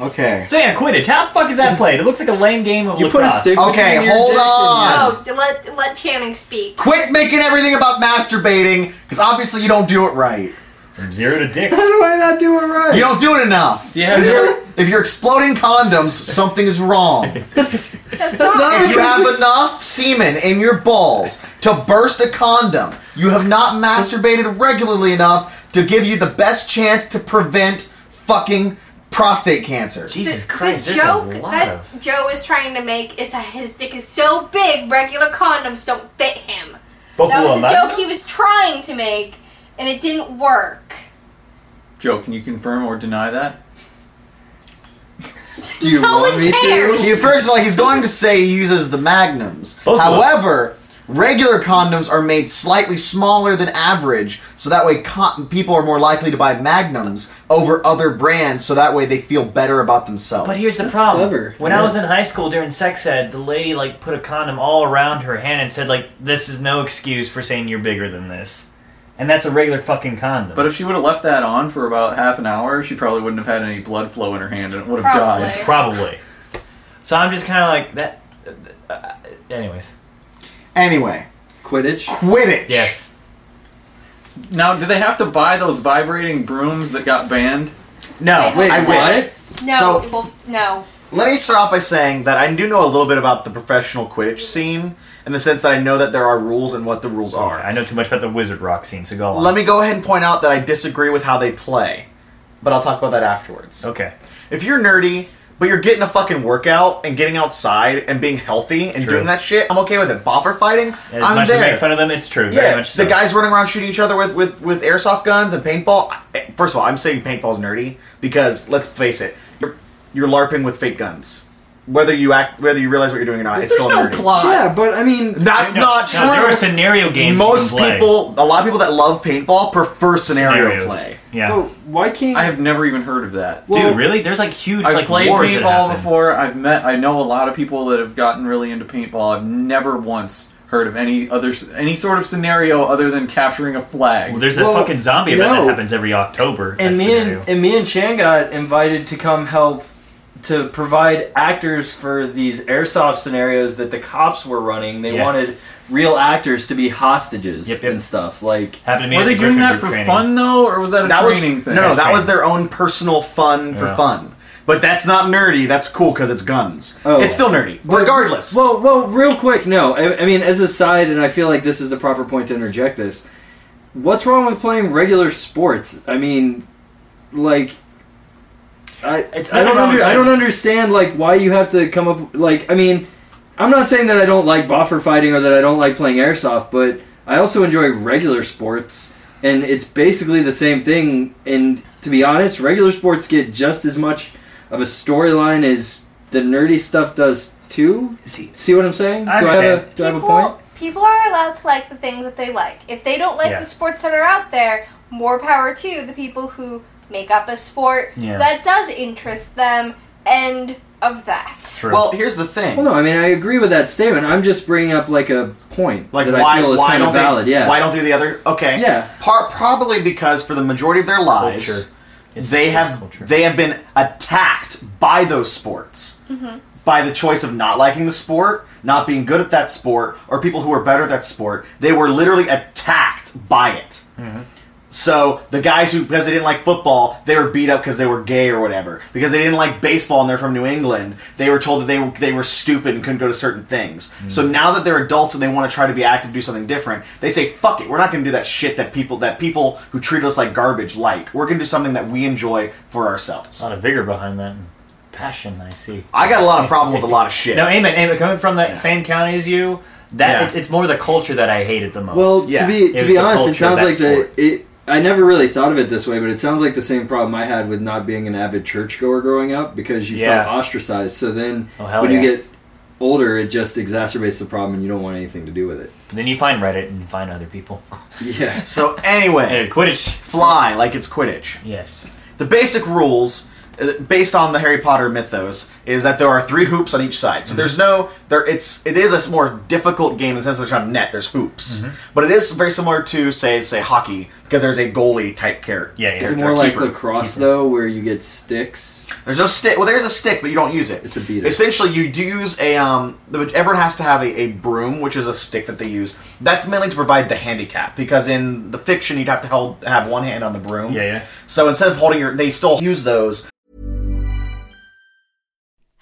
Okay. So yeah, Quidditch. How the fuck is that played? It looks like a lame game of You put a lacrosse. stick- Okay, Between your hold dick and on. Oh, d- let let Channing speak. Quit making everything about masturbating, because obviously you don't do it right. From zero to [LAUGHS] dicks. How do I not do it right? You don't do it enough. Do you have 'Cause to- you're- if you're exploding condoms, something is wrong. [LAUGHS] That's, not- [LAUGHS] If you have enough semen in your balls to burst a condom, you have not masturbated regularly enough to give you the best chance to prevent fucking prostate cancer. Jesus the, Christ! the there's a joke lot that of- Joe is trying to make is that his dick is so big, regular condoms don't fit him. That was a joke he was trying to make, and it didn't work. Joe, can you confirm or deny that? Do you No one cares. He- first of all, he's going to say he uses the magnums. Both of them. However, regular condoms are made slightly smaller than average, so that way con- people are more likely to buy magnums over other brands, so that way they feel better about themselves. But here's the That's problem. clever. When I was Yes. in high school during sex ed, the lady like put a condom all around her hand and said like, "This is no excuse for saying you're bigger than this," and that's a regular fucking condom. But if she would have left that on for about half an hour, she probably wouldn't have had any blood flow in her hand and it would have Probably. died. probably. So I'm just kind of like that. Uh, uh, anyways, anyway, Quidditch. Quidditch. yes. Now, do they have to buy those vibrating brooms that got banned? No, Wait, I what? wish. No, So- well, no. Let me start off by saying that I do know a little bit about the professional Quidditch scene in the sense that I know that there are rules and what the rules are. I know too much about the Wizard Rock scene, so go on. Let me go ahead and point out that I disagree with how they play, but I'll talk about that afterwards. Okay. If you're nerdy, but you're getting a fucking workout and getting outside and being healthy and True. doing that shit, I'm okay with it. Boffer fighting, As I'm much as I there. make fun of them, it's true. yeah, very much so. the guys running around shooting each other with, with, with airsoft guns and paintball. I- First of all, I'm saying paintball's nerdy because let's face it, you're you're larping with fake guns. Whether you act, whether you realize what you're doing or not, it's There's still no nerdy. plot. Yeah, but I mean, That's No, not true. no, there are scenario games. you Most can play. people, a lot of people that love paintball prefer scenario Scenarios. play. Yeah. but why can't I have never even heard of that. Well, Dude, really? There's like huge I've like played wars that paintball happen. before. I've met. I know a lot of people that have gotten really into paintball. I've never once heard of any other any sort of scenario other than capturing a flag. Well, there's that Well, fucking zombie event no. that happens every October. and That's me scenario. and, and me and Chan got invited to come help to provide actors for these airsoft scenarios that the cops were running. They Yeah. wanted real actors to be hostages Yep, yep. and stuff. Like happened to me. Were at they the doing Gryffindor that for training. fun though, or was that a That was training no, thing? no, that training. was their own personal fun for Yeah. fun. But that's not nerdy. That's cool because it's guns. Oh. It's still nerdy, regardless. Well, well, real quick, no. I, I mean, as a side, and I feel like this is the proper point to interject this. What's wrong with playing regular sports? I mean, like, I It's I don't nothing wrong under, with I that. don't understand like why you have to come up like I mean, I'm not saying that I don't like boffer fighting or that I don't like playing airsoft, but I also enjoy regular sports, and it's basically the same thing. And to be honest, regular sports get just as much of a storyline as the nerdy stuff does too. See, See what I'm saying? I do I have a, understand. do I have a people, point? people are allowed to like the things that they like. If they don't like Yeah. the sports that are out there, more power to the people who make up a sport Yeah. that does interest them. End of that. true. Well, here's the thing. Well, no, I mean I agree with that statement. I'm just bringing up like a point like that why? I feel is why kind don't of valid. they? yeah. Why don't they do the other? Okay. Yeah. Par- probably because for the majority of their lives, Culture. It's they sports have culture. they have been attacked by those sports, by the choice of not liking the sport, not being good at that sport, or people who are better at that sport. They were literally attacked by it. So the guys who, because they didn't like football, they were beat up because they were gay or whatever. Because they didn't like baseball and they're from New England, they were told that they were, they were stupid and couldn't go to certain things. So now that they're adults and they want to try to be active, do something different, they say, "Fuck it, we're not going to do that shit that people that people who treat us like garbage like. We're going to do something that we enjoy for ourselves." a lot of vigor behind that. and Passion, I see. I got a [LAUGHS] lot of problem with a lot of shit. No, amen, amen. Coming from that same county as you, that Yeah. it's, it's more the culture that I hated the most. Well, Yeah. to be It to was be the honest, it culture of sounds that like sport. the it. I never really thought of it this way, but it sounds like the same problem I had with not being an avid churchgoer growing up because you Yeah. felt ostracized. So then, Oh, hell when you yeah. get older, it just exacerbates the problem, and you don't want anything to do with [LAUGHS] it. then you find Reddit and you find other people. Yeah. So anyway, And Quidditch. fly like it's Quidditch. Yes. The basic rules, uh, based on the Harry Potter mythos, is that there are three hoops on each Mm-hmm. side. So there's no there. It's it is a s- more difficult game in the sense there's not a net. There's hoops, Mm-hmm. but it is very similar to say say hockey because there's a goalie type character. Yeah, yeah. Is Character it more like keeper. lacrosse though, where you get sticks? There's no stick. Well, there's a stick, but you don't use it. It's a beater. Essentially, you do use a um. the- Everyone has to have a, a broom, which is a stick that they use. That's mainly to provide the handicap because in the fiction you'd have to hold, have one hand on the broom. Yeah, yeah. So instead of holding your, they still use those.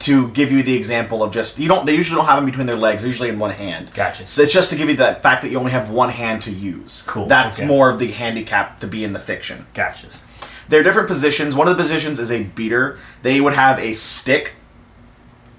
to give you the example of just you don't they usually don't have them between their legs they're usually in one hand Gotcha. so it's just to give you that fact that you only have one hand to use Cool, that's okay. more of the handicap to be in the fiction Gotcha. there are different positions one of the positions is a beater they would have a stick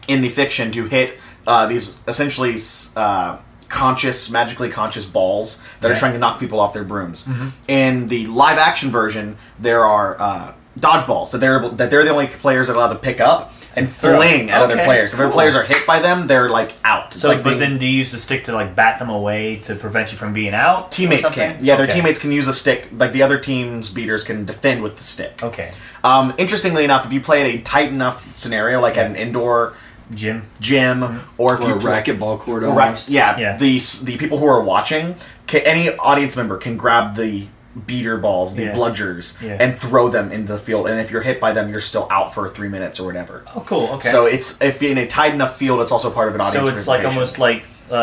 in the fiction to hit uh, these essentially uh, conscious magically conscious balls that are Yeah. Mm-hmm. trying to knock people off their brooms in the live action version there are uh, dodgeballs that they're able, that they're the only players that are allowed to pick up and Throw. fling at other Okay, players. If other cool. players are hit by them, they're like out. It's So, like but being- then do you use the stick to like bat them away to prevent you from being out? or teammates something? can. Yeah, their Okay. teammates can use a stick. Like the other team's beaters can defend with the stick. Okay. Um, interestingly enough, if you played a tight enough scenario, like at an indoor Jim. gym, or if Or you a play- racquetball court Right, almost. yeah, Yeah. The the people who are watching, ca any audience member can grab the beater balls, the Yeah. bludgers, Yeah. and throw them into the field. And if you're hit by them, you're still out for three minutes or whatever. Oh, cool. Okay. So it's if in a tight enough field, it's also part of an audience. so it's like participation. almost like uh,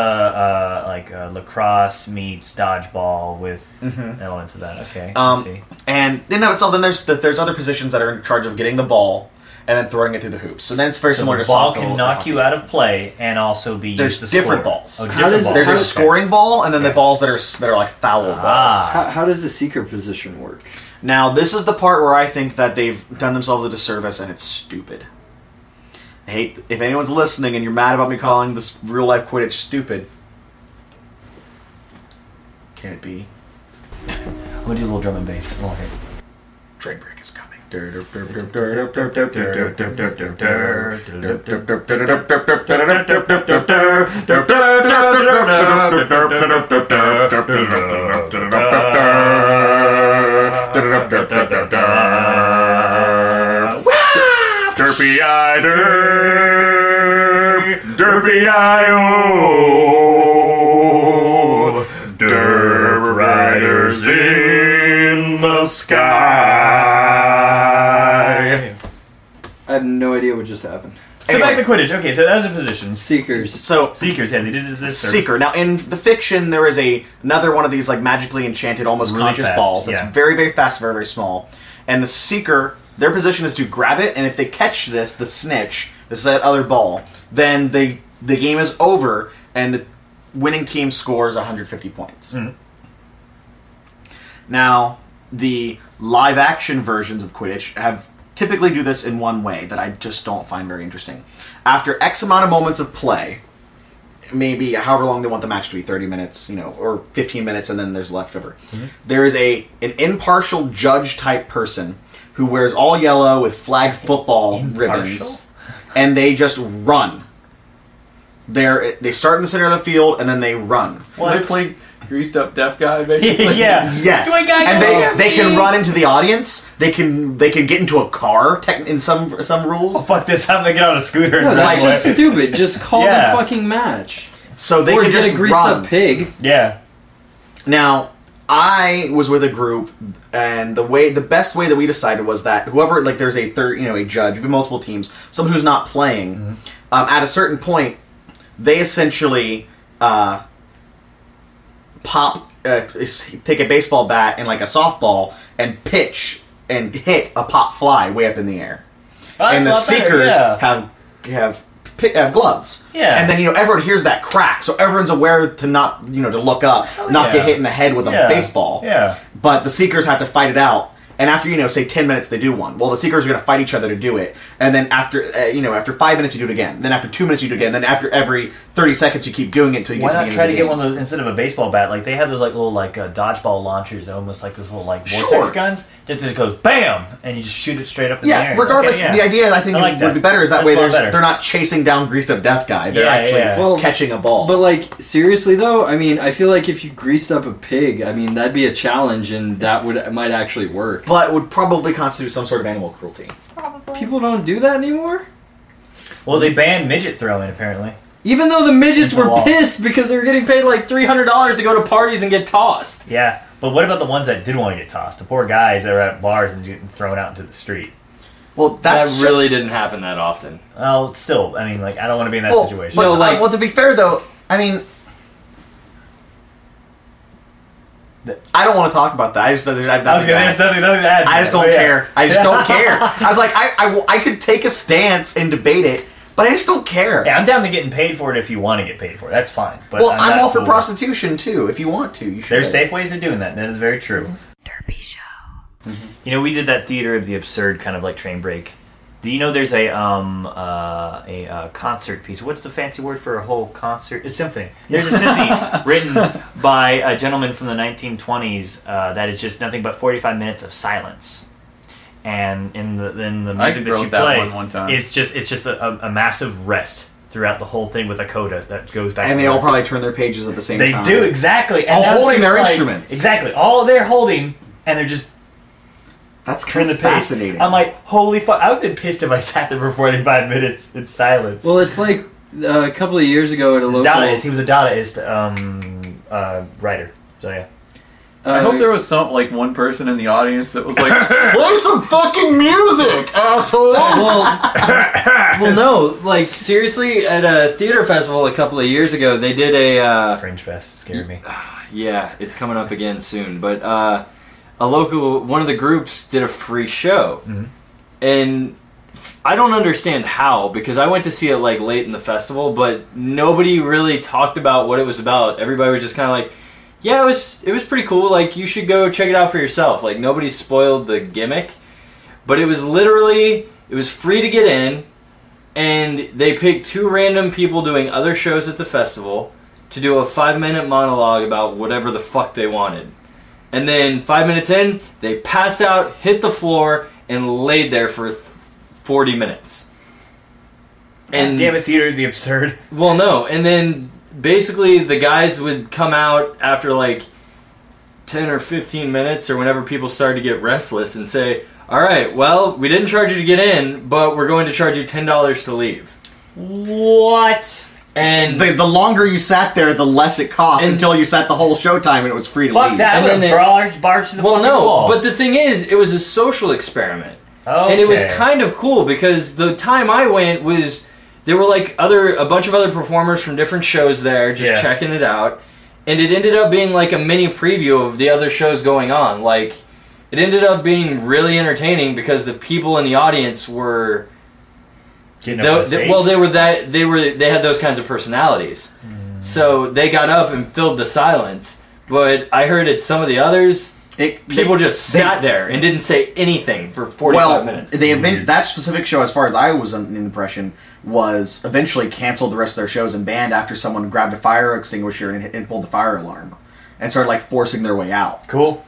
uh, like uh, lacrosse meets dodgeball with elements of that. Okay. I see. Mm-hmm. Um, and then of itself, then there's the, there's other positions that are in charge of getting the ball and then throwing it through the hoops. So then it's very So similar the to ball soccer can or knock hockey. you out of play and also be There's used to different score. balls. Oh, How different does- balls. There's a Okay. scoring ball and then the balls that are s- that are like foul balls. Ah. How, how does the seeker position work? Now this is the part where I think that they've done themselves a disservice and it's stupid. I hate if anyone's listening and you're mad about me calling this real life Quidditch stupid. Can it be? I'm gonna do a little drum and bass. Along here. Train break is coming. Derpy I derp, derpy I o. Derp riders in the sky. I have no idea what just happened. So back to Quidditch. Okay, so that was a position. Seekers. So Seekers. Yeah, they did it as this. service. [LAUGHS] Seeker. Now, in the fiction, there is a another one of these like magically enchanted, almost Really conscious fast, balls that's yeah. very, very fast, very, very small. And the Seeker, their position is to grab it, and if they catch this, the snitch, this is that other ball, then they the game is over, and the winning team scores 150 Mm. points. Now, the live action versions of Quidditch have typically do this in one way that I just don't find very interesting. After X amount of moments of play, maybe however long they want the match to be 30 minutes you know or 15 minutes and then there's leftover There is a an impartial judge type person who wears all yellow with flag football ribbons and they just run they're they start in the center of the field and then they run So they play greased up deaf [LAUGHS] guy, basically. yes. Do I gotta and go they, get they can me? run into the audience. They can they can get into a car. Tech, in some some rules. Oh, fuck this! I'm gonna get on a scooter. And No, that's just stupid. Just call [LAUGHS] Yeah. the fucking match. So they Or can get just a greased run. up pig. Yeah. Now, I was with a group, and the way the best way that we decided was that whoever like there's a third you know a judge, multiple teams, someone who's not playing, Mm-hmm. um, at a certain point, they essentially uh, pop uh, s- take a baseball bat and like a softball and pitch and hit a pop fly way up in the air, Oh, that's and a the lot better, seekers yeah. have have pi- have gloves. Yeah. And then you know everyone hears that crack, so everyone's aware to not you know to look up, not Oh, yeah. get hit in the head with a Yeah. baseball. Yeah. But the seekers have to fight it out. And after you know, say ten minutes, they do one. Well, the seekers are going to fight each other to do it, and then after uh, you know, after five minutes, you do it again. Then after two minutes, you do it again. Then after every thirty seconds, you keep doing it until you Why get to the not end try of to the get game. one of those instead of a baseball bat? Like they have those like little like uh, dodgeball launchers, that almost like this little like vortex Sure. guns. That just goes bam, and you just shoot it straight up. In the Yeah, air. regardless, Okay, yeah. the idea I think is, like would that. be better is that That's way a lot there's, better. they're not chasing down greased up deaf guy. They're actually catching a ball. But like seriously though, I mean, I feel like if you greased up a pig, I mean, that'd be a challenge, and that would might actually work. But would probably constitute some sort of animal cruelty. People don't do that anymore. Well, they banned midget throwing apparently. Even though the midgets It's a were wall. pissed because they were getting paid like three hundred dollars to go to parties and get tossed. Yeah, but what about the ones that didn't want to get tossed? The poor guys that are at bars and getting thrown out into the street. Well, that's- that really didn't happen that often. Oh, still, I mean, like I don't want to be in that Well, situation. But, uh, well, to be fair though, I mean, I don't want to talk about that. I just I, have [LAUGHS] I was gonna add nothing, nothing to add. to I just that, don't but yeah. care. I just [LAUGHS] don't care. I was like, I, I, w- I could take a stance and debate it, but I just don't care. Yeah, I'm down to getting paid for it if you want to get paid for it. That's fine. But well, I'm, not all for cool. prostitution too. If you want to, you should. There's safe ways of doing that. and That is very true. You know, we did that theater of the absurd kind of like train break. Do you know there's a um uh, a uh, concert piece? What's the fancy word for a whole concert? A symphony. There's a [LAUGHS] symphony written by a gentleman from the 1920s uh, that is just nothing but 45 minutes of silence. And in the in the I music that wrote you that play, one one time. it's just it's just a, a, a massive rest throughout the whole thing with a coda that goes back. And they all forwards. probably turn their pages at the same They time. do exactly. All that's holding just their like- instruments. Exactly. All they're holding, and they're just. That's kind of fascinating. I'm like, holy fuck! I would have been pissed if I [LAUGHS] sat there for 45 minutes in silence. Well, it's like uh, a couple of years ago at a local. Dadaist. He was a Dadaist um, uh, writer. So yeah. uh, I hope there was some like one person in the audience that was [LAUGHS] like, Play some fucking music, assholes! [LAUGHS] Well, well, no, like seriously, at a theater festival a couple of years ago, they did a uh, Fringe Fest scared me. Yeah, it's coming up again soon. But uh, a local one of the groups did a free show, Mm-hmm. and I don't understand how because I went to see it like late in the festival, but nobody really talked about what it was about. Everybody was just kind of like, "Yeah, it was it was pretty cool. Like you should go check it out for yourself." Like nobody spoiled the gimmick, but it was literally it was free to get in, and they picked two random people doing other shows at the festival to do a five minute monologue about whatever the fuck they wanted. And then five minutes in, they passed out, hit the floor, and laid there for th- 40 minutes. And damn it, theater of the absurd. Well, no. And then basically the guys would come out after like 10 or 15 minutes or whenever people started to get restless and say, all right, well, we didn't charge you to get in, but we're going to charge you $10 to leave. What? And the, the longer you sat there, the less it cost until you sat the whole showtime and it was free to leave. And then they- Well, no, wall. but the thing is, it was a social experiment, Okay. and it was kind of cool because the time I went was there were like other a bunch of other performers from different shows there just Yeah. checking it out, and it ended up being like a mini preview of the other shows going on. Like, it ended up being really entertaining because the people in the audience were. up tho- on stage? well, they were that they were they had those kinds of personalities. Mm. So they got up and filled the silence. But I heard at some of the others, people just they- sat there and didn't say anything for 45 well, minutes. They event- that specific show, as far as I was in the impression, was eventually canceled the rest of their shows and banned after someone grabbed a fire extinguisher and, and pulled the fire alarm and started like forcing their way out. Cool.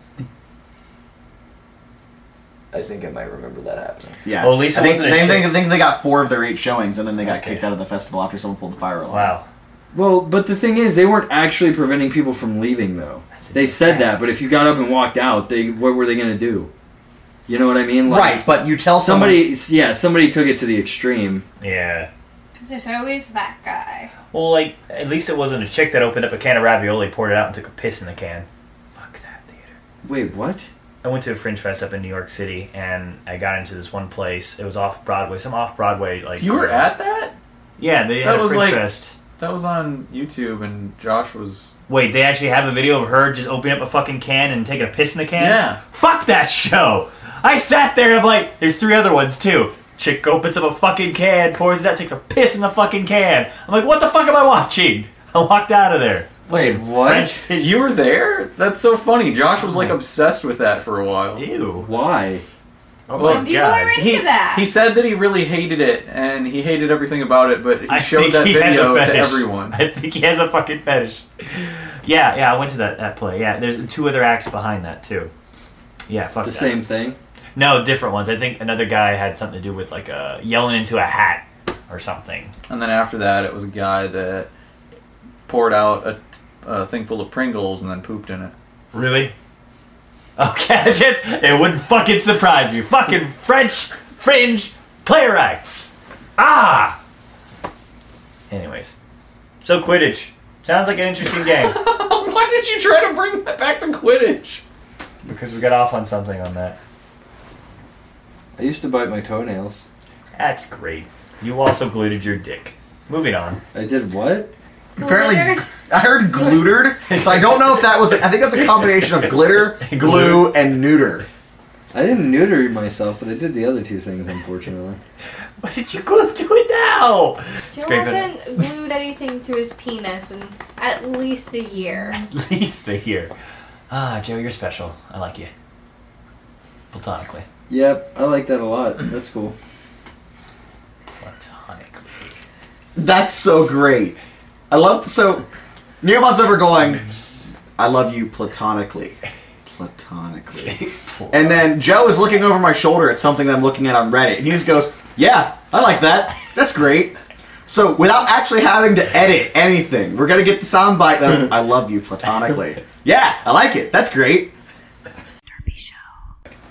I think I might remember that happening. Yeah. Well, at least it I think, wasn't a they, chick. think- I think they got four of their eight showings, and then they got kicked out of the festival after someone pulled the fire alarm. Wow. Well, but the thing is, they weren't actually preventing people from leaving, though. They said that, but if you got up and walked out, they what were they going to do? You know what I mean? Right, but you tell somebody. yeah, somebody took it to the extreme. Yeah. Because there's always that guy. Well, like at least it wasn't a chick that opened up a can of ravioli, poured it out, and took a piss in the can. Wait, what? I went to a Fringe Fest up in New York City, and I got into this one place. It was off Broadway, some off Broadway like. uh, You were at that? Yeah, they had that a was Fringe like Fest. that was on YouTube, and Josh was Wait, they actually have a video of her just opening up a fucking can and taking a piss in a can? Yeah. Fuck that show! I sat there and I'm like, there's three other ones too. Chick opens up a fucking can, pours it out, takes a piss in the fucking can. I'm like, what the fuck am I watching? I walked out of there. Wait, what? You were there? That's so funny. Josh was like obsessed with that for a while. Ew. Why? Oh Some people are into he, that. He said that he really hated it and he hated everything about it, but he I showed think that he has video a to fetish. everyone. I think he has a fucking fetish. Yeah, yeah, I went to that, that play. Yeah, there's two other acts behind that too. Yeah, fuck The that. same thing? No, different ones. I think another guy had something to do with like a yelling into a hat or something. And then after that, it was a guy that poured out a, a thing full of Pringles and then pooped in it. Really? Okay, [LAUGHS] just it wouldn't fucking surprise me. Fucking French fringe playwrights. Ah. Anyways, so Quidditch sounds like an interesting game. [LAUGHS] Why did you try to bring back the Quidditch? Because we got off on something on that. I used to bite my toenails. That's great. You also gluted your dick. Moving on. I did what? Apparently, I heard glutered, so I don't know if that was. I think that's a combination of [LAUGHS] glitter, glue, and neuter. I didn't neuter myself, but I did the other two things, unfortunately. what did you glue to it now? Joe Scrape it. hasn't glued anything to his penis in at least a year. At [LAUGHS] least they hear. Ah, Joe, you're special. I like you. Platonically. Yep, I like that a [CLEARS THROAT] lot. That's cool. That's so great. I love so. Nearby's over going. I love you platonically, [LAUGHS] platonically. And then Joe is looking over my shoulder at something that I'm looking at on Reddit, and he just goes, "Yeah, I like that. That's great." So without actually having to edit anything, we're gonna get the soundbite [LAUGHS] of "I love you platonically." Yeah, I like it. That's great.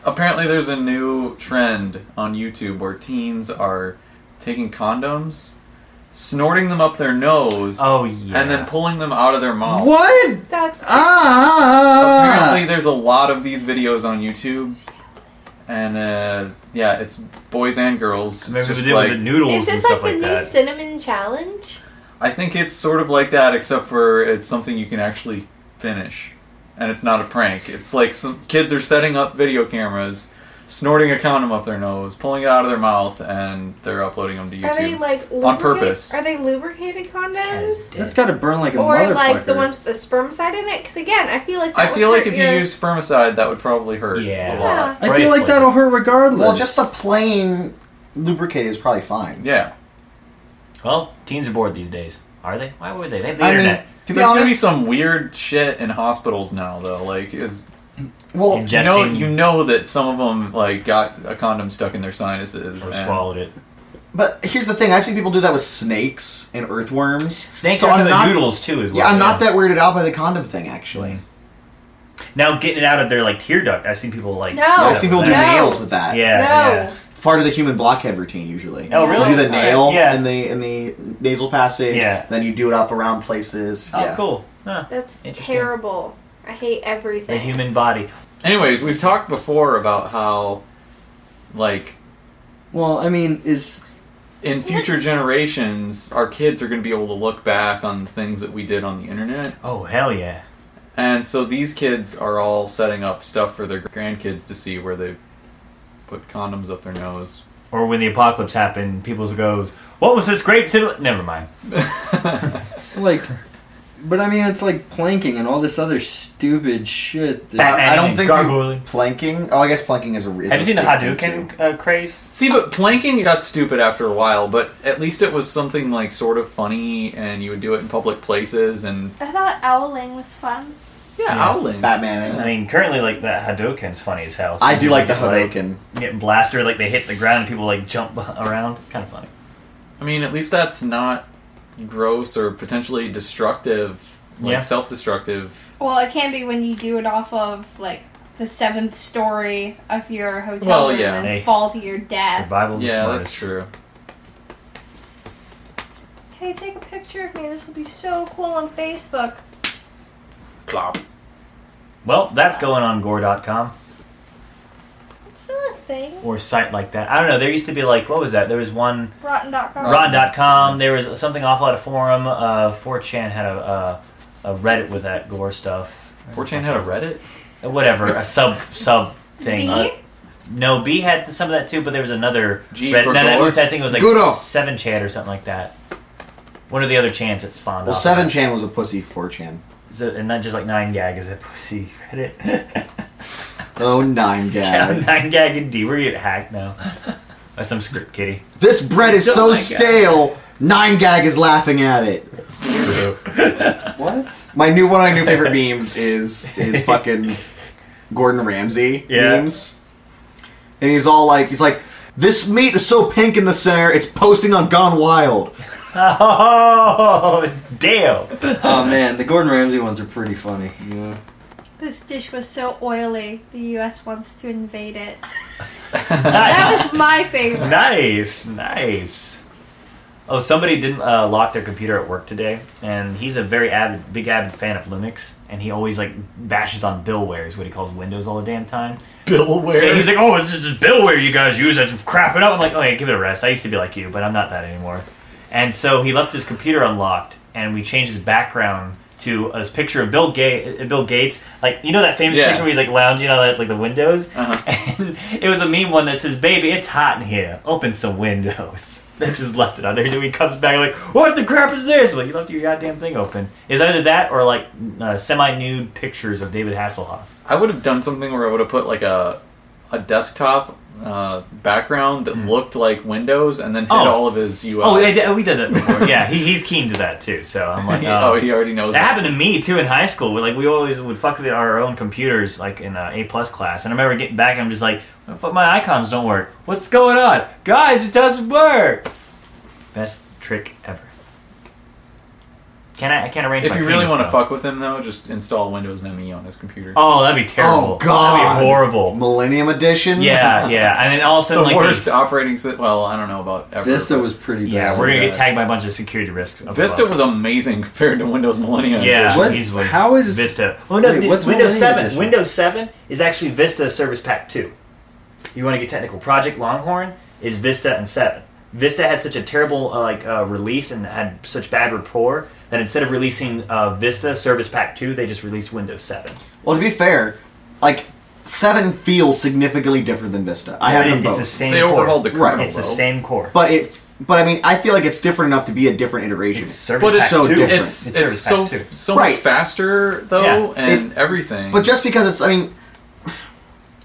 Apparently, there's a new trend on YouTube where teens are taking condoms, snorting them up their nose, oh yeah, and then pulling them out of their mouth. What? That's Ah. Ah! Apparently, there's a lot of these videos on YouTube, and uh, yeah, it's boys and girls. Maybe It's we just did with like the Is this like the new cinnamon challenge? I think it's sort of like that, except for it's something you can actually finish, and it's not a prank. It's like some kids are setting up video cameras, snorting a condom up their nose, pulling it out of their mouth, and they're uploading them to YouTube Are they like on lubricate- purpose. Are they lubricated condoms? That's got to burn like a or motherfucker. like the ones with the sperm side in it? Because again, I feel like that I would feel like hurt if you your- use spermicide, that would probably hurt yeah. a lot. I feel like that'll hurt regardless. Well, just the plain lubricate is probably fine. Yeah. Well, teens are bored these days. Are they? Why would they? They have the I mean, internet. Dude, there's gonna be some weird shit in hospitals now, though. Like, is well, you know, Ingesting- you know that some of them like got a condom stuck in their sinuses or swallowed it. But here's the thing: I've seen people do that with snakes and earthworms. Snakes are into the noodles, too, as well, Yeah, I'm not yeah. Mm. that weirded out by the condom thing actually. Now getting it out of their like tear duct. I've seen people like No. Yeah, I've seen people do No. nails with that. Yeah, No. yeah. It's part of the human blockhead routine usually. Oh, really? You do the nail Alright, yeah. and the and the nasal passage. Yeah. Then you do it up around places. Oh, yeah. cool. That's Interesting. terrible. I hate everything. body. Anyways, we've talked before about how, like, well, I mean, is in future generations, our kids are going to be able to look back on the things that we did on the internet. Oh hell yeah! And so these kids are all setting up stuff for their grandkids to see where they put condoms up their nose. Or when the apocalypse happened, people goes, "What was this great civil?" Never mind. like, but I mean, it's like planking and all this other stupid shit. that- But I don't think you, planking. Oh, I guess planking is a. Is Have you a seen the big thing, Hadouken? too. Uh, craze. See, but planking got stupid after a while, but at least it was something like sort of funny and you would do it in public places and I thought owling was fun. Yeah, owling. Batman. I mean, currently, like that Hadouken's funny as hell. I do like the Hadoken. Getting [LAUGHS] blaster, like they hit the ground and people like jump around. Kind of funny. I mean, at least that's not gross or potentially destructive, like Yeah. self-destructive. Well, it can be when you do it off of like the seventh story of your hotel Well, room yeah. and Hey. fall to your death. Survival of the Yeah, smartest. that's true. [LAUGHS] Hey, take a picture of me. This will be so cool on Facebook. Plop. Well, that's going on gore.com It's still a thing. or a site like that. I don't know. There used to be like, what was that? There was one Rotten.com. Ron.com. There was something awful at a forum. Uh, 4chan had a, uh, a, a Reddit with that gore stuff. 4chan had a Reddit? [LAUGHS] Uh, Whatever, a sub sub thing. B? Uh, no, B had some of that too, but there was another G Reddit. for no, no, gore? which I think it was like Guro. 7chan or something like that. One of the other chans that spawned Well, off. seven chan was a pussy. Four chan. So, and not just like 9gag is a pussy [LAUGHS] Reddit. Oh, nine [LAUGHS] Yeah, gag. 9gag indeed. We're getting hacked now. [LAUGHS] By some script [LAUGHS] kitty. [LAUGHS] This bread is Oh so my God. stale. Nine gag is laughing at it. What? My new one of my new [LAUGHS] favorite memes is is fucking Gordon Ramsay Yeah. memes. And he's all like he's like, This meat is so pink in the center, it's posting on Gone Wild. Oh damn. Oh man, the Gordon Ramsay ones are pretty funny. Yeah. This dish was so oily, the U.S. wants to invade it. that was my [LAUGHS] favorite. [LAUGHS] nice, nice. Oh, somebody didn't uh, lock their computer at work today, and he's a very avid, big avid fan of Linux, and he always like bashes on Billware, is what he calls Windows all the damn time. Billware? Yeah, he's like, oh, this is Billware you guys use. That's crapping up. I'm like, oh yeah, give it a rest. I used to be like you, but I'm not that anymore. And so he left his computer unlocked, and we changed his background to a picture of Bill Ga- uh, Bill Gates, like you know that famous Yeah. picture where he's like lounging on that like the windows. [LAUGHS] And it was a meme one that says, "Baby, it's hot in here. Open some windows." [LAUGHS] They just left it on there. Then he comes back like, "What the crap is this?" Well, you left your goddamn thing open. It's either that or like uh, semi-nude pictures of David Hasselhoff. I would have done something where I would have put like a a desktop uh, background that looked like Windows, and then hit Oh. all of his UI. Oh, [LAUGHS] I did- we did that before. yeah, he, he's keen to that too. So I'm like, uh, Oh, he already knows That, that. happened to me too in high school. Like we always would fuck with our own computers, like in uh, A plus class. And I remember getting back, and I'm just like, but my icons don't work. What's going on, guys? It doesn't work. Best trick ever. Can I? I can't arrange. If my you really penis, want to though. fuck with him, though, just install Windows ME on his computer. Oh, that'd be terrible. Oh, God. that'd be horrible. [LAUGHS] Millennium Edition. [LAUGHS] Yeah, yeah, and then all of a sudden, the like worst the- operating system. Well, I don't know about ever. Vista was pretty. yeah, we're gonna get tagged by a bunch of security risks. up Vista above. was amazing [LAUGHS] compared to Windows Millennium. Yeah, Edition. easily. How is Vista? Oh no, Wait, Windows what's Millennium Seven. Edition? Windows Seven is actually Vista Service Pack Two. You want to get technical? Project Longhorn is Vista and Seven. Vista had such a terrible uh, like uh, release and had such bad rapport that instead of releasing uh, Vista Service Pack Two, they just released Windows Seven. Well to be fair, like seven feels significantly different than Vista. I have It- them it's both. the same They core. overhauled the kernel, It's the though. same core. But it but I mean I feel like it's different enough to be a different iteration. but it's so different. It's, it's so so Right. much faster though, Yeah. and It- everything. But just because it's I mean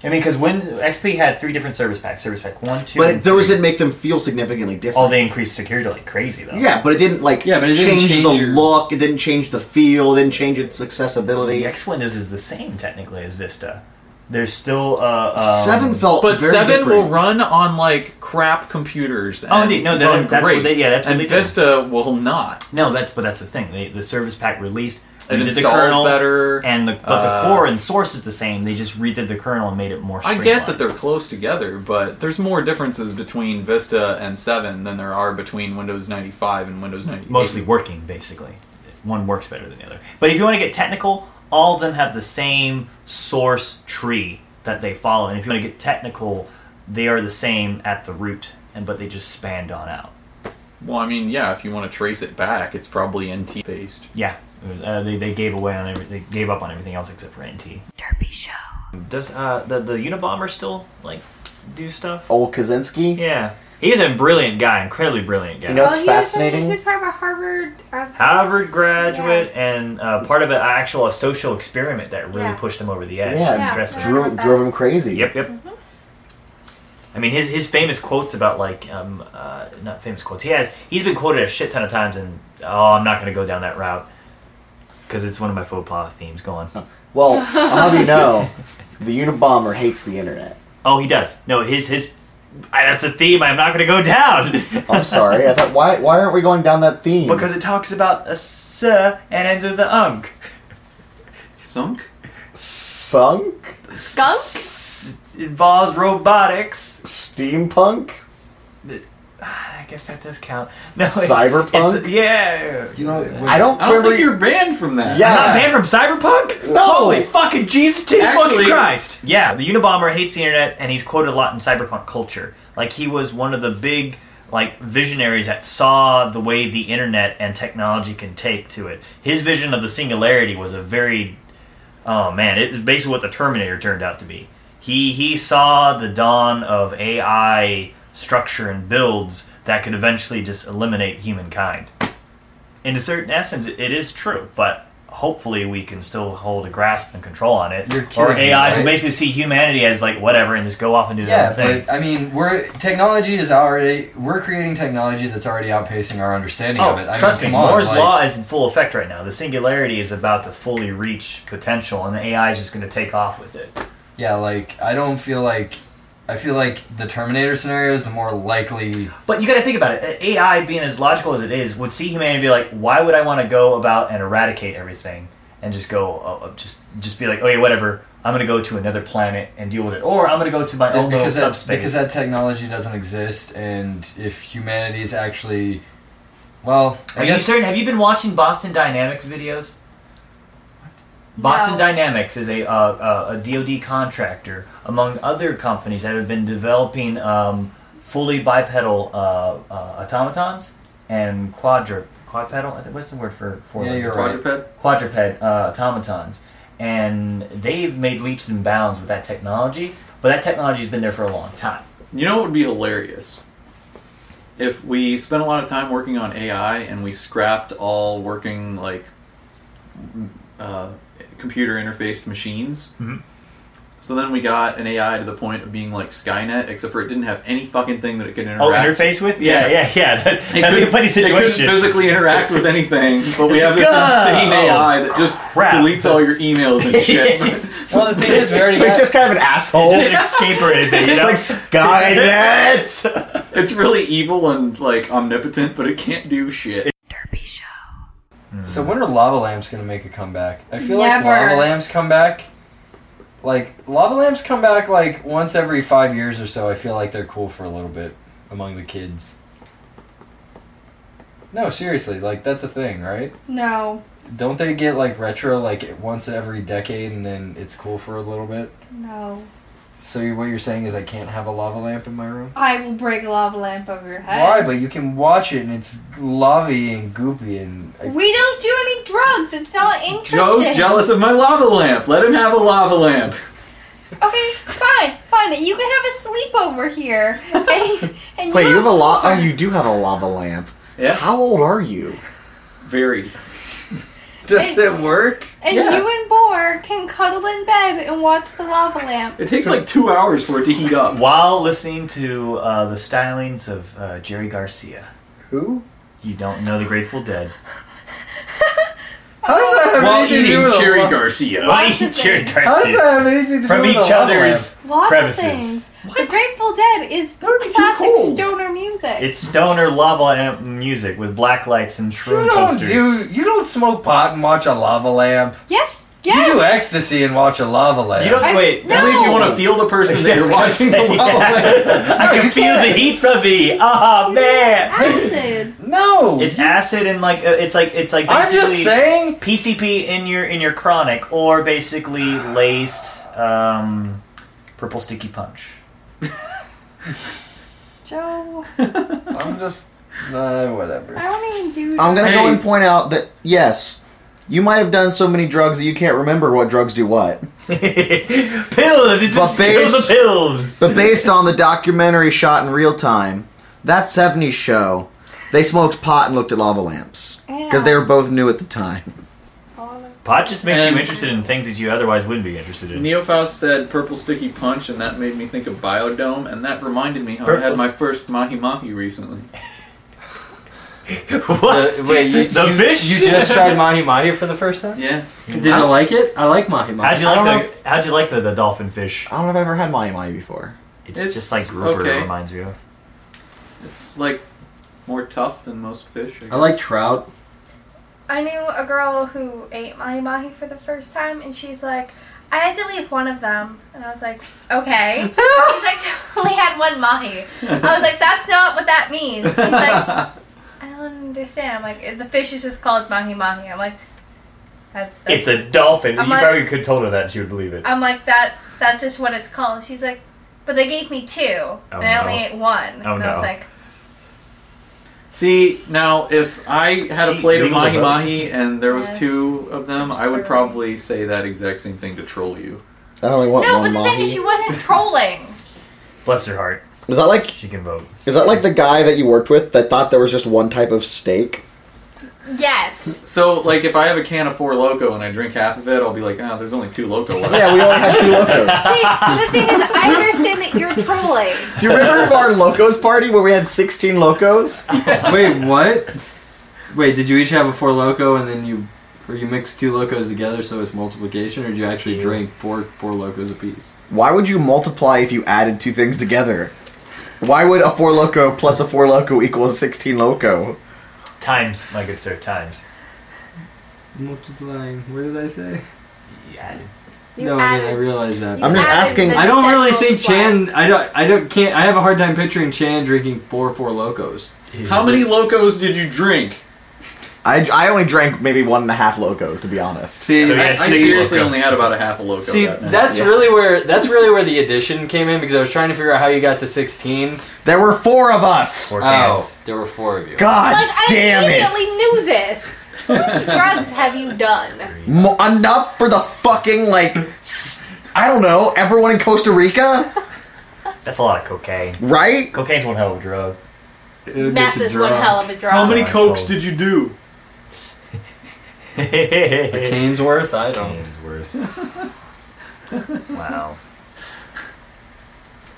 I mean, because when XP had three different service packs, service pack one, two, but and it, those didn't make them feel significantly different. Oh, they increased security like crazy though. Yeah, but it didn't like Yeah, but it didn't change, change the your- look. It didn't change the feel. It didn't change its accessibility. The X Windows is the same technically as Vista. There's still uh, um, Seven felt but seven will run on like crap computers. And Oh, indeed. No, that- run that's what great. they- yeah, that's what and they do. Vista will not. No, that but that's the thing. They, the service pack released It redid the installs kernel better, and the but uh, the core and source is the same. They just redid the kernel and made it more. I Streamlined. get that they're close together, but there's more differences between Vista and Seven than there are between Windows 95 and Windows 98. mostly working basically. One works better than the other. But if you want to get technical, all of them have the same source tree that they follow. And if you want to get technical, they are the same at the root, and but they just spanned on out. Well, I mean, yeah, if you want to trace it back, it's probably NT based. Yeah, it was, uh, they, they gave away on every, they gave up on everything else except for NT. Derpy Show. Does uh, the the Unabomber still like do stuff? Old Kaczynski. Yeah, he's a brilliant guy, incredibly brilliant guy. You know what's Well, he was somebody fascinating? who's part of a Harvard. Uh, Harvard graduate and uh, part of an actual a social experiment that really Yeah. pushed him over the edge. Yeah, and it's stressed him. drove, drove him crazy. Yep, yep. I mean, his, his famous quotes about like um, uh, not famous quotes. He has he's been quoted a shit ton of times, and oh, I'm not going to go down that route because it's one of my faux pas themes. Go on. [LAUGHS] Well, how do you know the Unabomber hates the internet? Oh, he does. No, his his I, that's a theme I'm not going to go down. I'm sorry. [LAUGHS] I thought, why why aren't we going down that theme? because it talks about a sir and ends with the unk. Sunk? Sunk? Skunk? Involves robotics. Steampunk? I guess that does count. No, [LAUGHS] it's- Cyberpunk? it's- yeah. You know, I don't I don't remember- think you're banned from that. I'm not banned from Cyberpunk? No. Holy fucking Jesus to the Actually- fucking Christ! Yeah, the Unabomber hates the internet and he's quoted a lot in Cyberpunk culture. Like he was one of the big like visionaries that saw the way the internet and technology can take to it. His vision of the singularity was a very oh man, it is basically what the Terminator turned out to be. He he saw the dawn of AI structure and builds that could eventually just eliminate humankind in a certain essence, it it is true, but hopefully we can still hold a grasp and control on it. or kidding me, AIs right? will basically see humanity as like whatever and just go off and do their Yeah, own thing. but I mean, we're technology is already we're creating technology that's already outpacing our understanding Oh, of it. I trust mean, me, come on, Moore's like- law is in full effect right now. The singularity is about to fully reach potential, and the AI is just going to take off with it. Yeah, like I don't feel like I feel like the Terminator scenario is the more likely. But you got to think about it. A- AI, being as logical as it is, would see humanity and be like, "Why would I want to go about and eradicate everything and just go, uh, uh, just just be like, okay, whatever. I'm going to go to another planet and deal with it, or I'm going to go to my own little because that, subspace." because that technology doesn't exist, and if humanity is actually, well, I Are you guess certain? Have you been watching Boston Dynamics videos? Boston Dynamics is a, uh, uh, a DoD contractor, among other companies that have been developing um, fully bipedal uh, uh, automatons and quadru quadpedal. I think- What's the word for for Yeah, them? you're right. Quadruped? Quadruped uh, automatons, and they've made leaps and bounds with that technology. But that technology has been there for a long time. You know what would be hilarious? If we spent a lot of time working on AI and we scrapped all working like m- uh, computer interfaced machines, Mm-hmm. Mhm. so then we got an AI to the point of being like Skynet, except for it didn't have any fucking thing that it could interact. Oh, [LAUGHS] interface with? Yeah, yeah, yeah. That- [LAUGHS] It that'd be a couldn't- funny It situation. couldn't [LAUGHS] physically interact with anything, but we It's have like, this "Oh, insane AI that just crap." deletes all your emails [LAUGHS] and shit. Well, the thing is, [LAUGHS] we already So he's got- just kind of an asshole. [LAUGHS] He Oh. didn't escape or anything, you [LAUGHS] know? It's really evil and like omnipotent, but it can't do shit. Derpy show. So when are lava lamps gonna make a comeback? I feel like Never. lava lamps come back. Like lava lamps come back like once every five years or so. I feel like they're cool for a little bit among the kids. No, seriously, like that's a thing, right? No. Don't they get like retro like once every decade and then it's cool for a little bit? No. So you- what you're saying is I can't have a lava lamp in my room? I will break a lava lamp over your head. Why? But you can watch it and it's lovey and goopy and We don't do any drugs. It's not interesting. Joe's jealous of my lava lamp. Let him have a lava lamp. Okay, fine, fine. You can have a [LAUGHS] sleepover here. And, and Wait, you have a lot. lava. Oh, you do have a lava lamp. Yeah. How old are you? Very. Does it work? And you and Boar can cuddle in bed and watch the lava lamp. It takes like two hours for it to heat up. While listening to uh, the stylings of uh, Jerry Garcia. Who? You don't know the [LAUGHS] Grateful Dead. How does that have While anything to do eating with a Jerry lo- Garcia. While Lots of eating Jerry things. Garcia. How does that have anything to From do with each a lava other's- lamp? Lots Crevices. of things. The Grateful Dead is be too classic cold. stoner music. It's stoner lava amp music with black lights and You shroom don't posters. do. You don't smoke pot and watch a lava lamp. yes, yes. You do ecstasy and watch a lava lamp. You don't I- wait. no. Only if you wanna feel the [LAUGHS] person that you're watching the lava lamp. I can feel the heat from thee. Oh man. Acid. No, It's acid and like uh, it's like it's like I'm just basically saying- [LAUGHS] PCP in your in your chronic or basically laced um, purple sticky punch. Joe, I'm just. Uh, whatever. I don't even do I'm gonna go drugs. and point out that yes, you might have done so many drugs that you can't remember what drugs do what. pills. It's just pills of [LAUGHS] pills. But based on the documentary shot in real time, that '70s show, they smoked pot and looked at lava lamps because they were both new at the time. Pot just makes And- you interested in things that you otherwise wouldn't be interested [LAUGHS] in. Neofaust said purple sticky punch, and that made me think of Biodome, and that reminded me how I had Purple my st- first mahi mahi recently. what? The- wait, you- the you- fish? [LAUGHS] you just tried mahi mahi for the first time. Yeah. Did you like it? I like mahi mahi. How'd you [LAUGHS] I don't like know the How'd you like the, the dolphin fish? I don't know if I've ever had mahi mahi before. It's, It's just like grouper okay. reminds me of. It's like more tough than most fish. I, guess. I like [LAUGHS] trout. I knew a girl who ate mahi mahi for the first time, and she's like, I had to leave one of them, and I was like, okay. she's like, so I only had one mahi. I was like, that's not what that means. She's like, [LAUGHS] I don't understand. I'm like, the fish is just called mahi mahi. I'm like, that's, It's that's a dolphin. I'm you like- probably could told her that and she would believe it. I'm like that. That's just what it's called. She's like, but they gave me two, and I only no. ate one. Oh, and I was no. like, See now, if I had a She plate of legal mahi vote. mahi and there was Yes. two of them, I would probably say that exact same thing to troll you. I only want no. one But the thing is, Mahi. she wasn't trolling. Bless her heart. Is that like she can vote? Is that like the guy that you worked with that thought there was just one type of steak? [LAUGHS] yes. So, like, if I have a can of Four Loco and I drink half of it, I'll be like, ah, there's only two Loco left. Yeah, we only have two Locos. See, the thing is, I understand that you're trolling. [LAUGHS] Do you remember of our locos party where we had sixteen locos? Wait, what? Wait, did you each have a four loco and then you, or you mixed two locos together so it's multiplication, or did you actually drink four four locos apiece? Why would you multiply if you added two things together? Why would a four loco plus a four loco equal a sixteen loco? Times, my good sir, times. Multiplying. What did I say? Yeah. You No, I mean, I added- realize that. you I'm just added asking. I don't really think Chan. I don't. I don't. Can't. I have a hard time picturing Chan drinking four four locos. How many locos did you drink? I, I only drank maybe one and a half locos to be honest. See, So you had I- I six seriously Locos. only had about a half a Loco See, that night. that's Yeah. really where that's really where the addition came in because I was trying to figure out how you got to sixteen. There were four of us. Oh. Four cans. there were four of you. God like I damn immediately it! knew this. [LAUGHS] How much drugs have you done? Mo- enough for the fucking like. s- I don't know. Everyone in Costa Rica, That's a lot of cocaine. right? Cocaine's one hell of a drug. Meth is one hell of a drug. How many Sorry, cokes Paul. did you do? [LAUGHS] A cane's worth? I don't. Cane's [LAUGHS] worth. wow.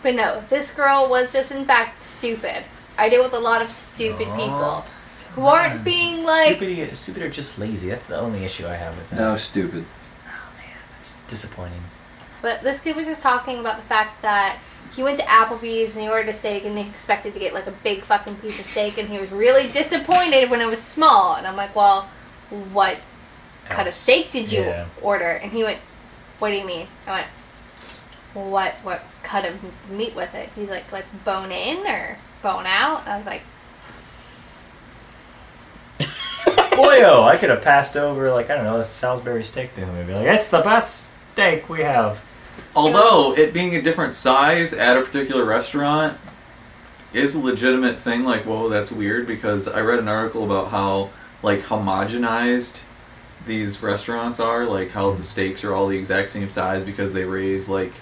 But no, this girl was just in fact stupid. I deal with a lot of stupid Oh, people who aren't being like stupid, stupid or just lazy. That's the only issue I have with that. No, stupid. It's disappointing. But this kid was just talking about the fact that he went to Applebee's and he ordered a steak and he expected to get like a big fucking piece of steak and he was really disappointed when it was small. And I'm like, well, what kind of steak did you Yeah. order? And he went, what do you mean? I went, what what cut of meat was it? He's like, like bone in or bone out? I was like, Boyo, oh, I could have passed over like I don't know a Salisbury steak to him and be like, "It's the best steak we have." Although it being a different size at a particular restaurant is a legitimate thing. Like, whoa, that's weird. Because I read an article about how like homogenized these restaurants are, like how the steaks are all the exact same size because they raise like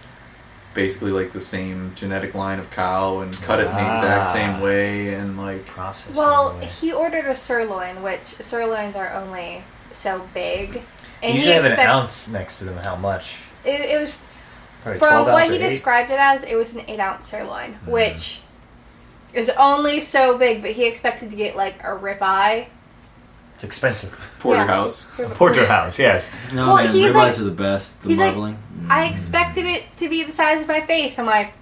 basically like the same genetic line of cow and cut it in the exact Ah. same way and like process. well, he ordered a sirloin, which sirloins are only so big. You he usually have an expect- ounce next to them. How much? It, it was Probably From 12 what ounce he or eight. Mm-hmm. described it as, it was an eight ounce sirloin, which is only so big, but he expected to get like a ribeye. It's expensive. [LAUGHS] Porterhouse. Yeah. A porterhouse, yes. No, Well, man, he's ribeyes like- are the best. The he's like- leveling. I expected it to be the size of my face. I'm like,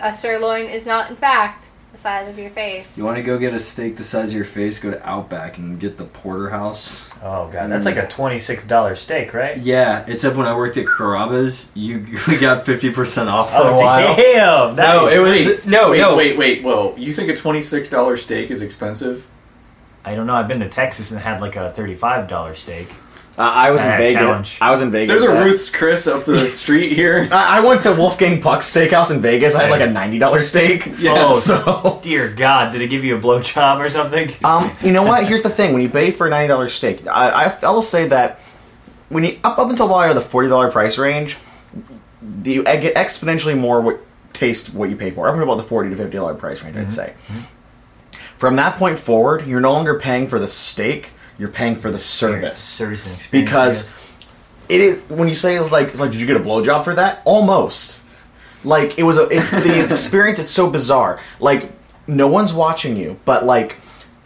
a sirloin is not, in fact, the size of your face. you want to go get a steak the size of your face? Go to Outback and get the porterhouse. Oh god, That's like a twenty-six dollar steak, right? Yeah, except when I worked at Carrabba's, you [LAUGHS] we got fifty percent off for a Oh, while. damn, that no, is- it was Wait, no, wait, Oh, no. wait, wait, whoa! You think a twenty-six dollar steak is expensive? I don't know. I've been to Texas and had like a thirty-five dollar steak. Uh, I was in Uh, Vegas. challenge. I was in Vegas. There's a Ruth's Chris up the street here. I, I went to Wolfgang Puck's Steakhouse in Vegas. I had like a ninety dollar steak. [LAUGHS] Oh, So dear God, did it give you a blowjob or something? [LAUGHS] um, you know what? Here's the thing: when you pay for a ninety dollar steak, I, I I will say that when you up up until probably the forty dollar price range, the- you e- get exponentially more what taste what you pay for. I'm about the forty to fifty dollar price range, I'd say. From that point forward, you're no longer paying for the steak; you're paying for the service. Service and experience. because it is when you say it's like it's like did you get a blowjob for that? Almost. Like it was a it, the experience. It's so bizarre. Like no one's watching you, but like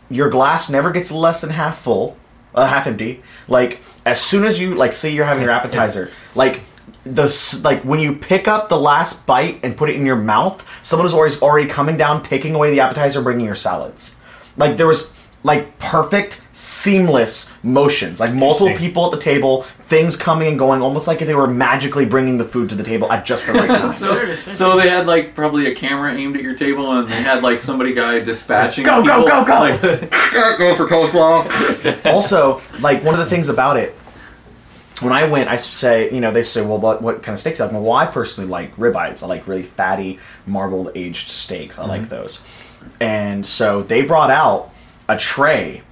your glass never gets less than half full, uh, half empty. Like as soon as you like say you're having your appetizer, like the s- like when you pick up the last bite and put it in your mouth, someone is always already coming down, taking away the appetizer, bringing your salads. Like there was like perfect, seamless motions, like multiple Interesting. people at the table, things coming and going, almost like they were magically bringing the food to the table at just the right time. so, so they had like probably a camera aimed at your table, and they had like somebody guy dispatching. Go, go, people, go, go! Like, go for coleslaw. also, like one of the things about it, when I went, I s- say, you know, they say, well, what, what kind of steak do you like? Well, I personally like ribeyes. I like really fatty, marbled, aged steaks. I like Mm-hmm. Mhm. those. And so they brought out a tray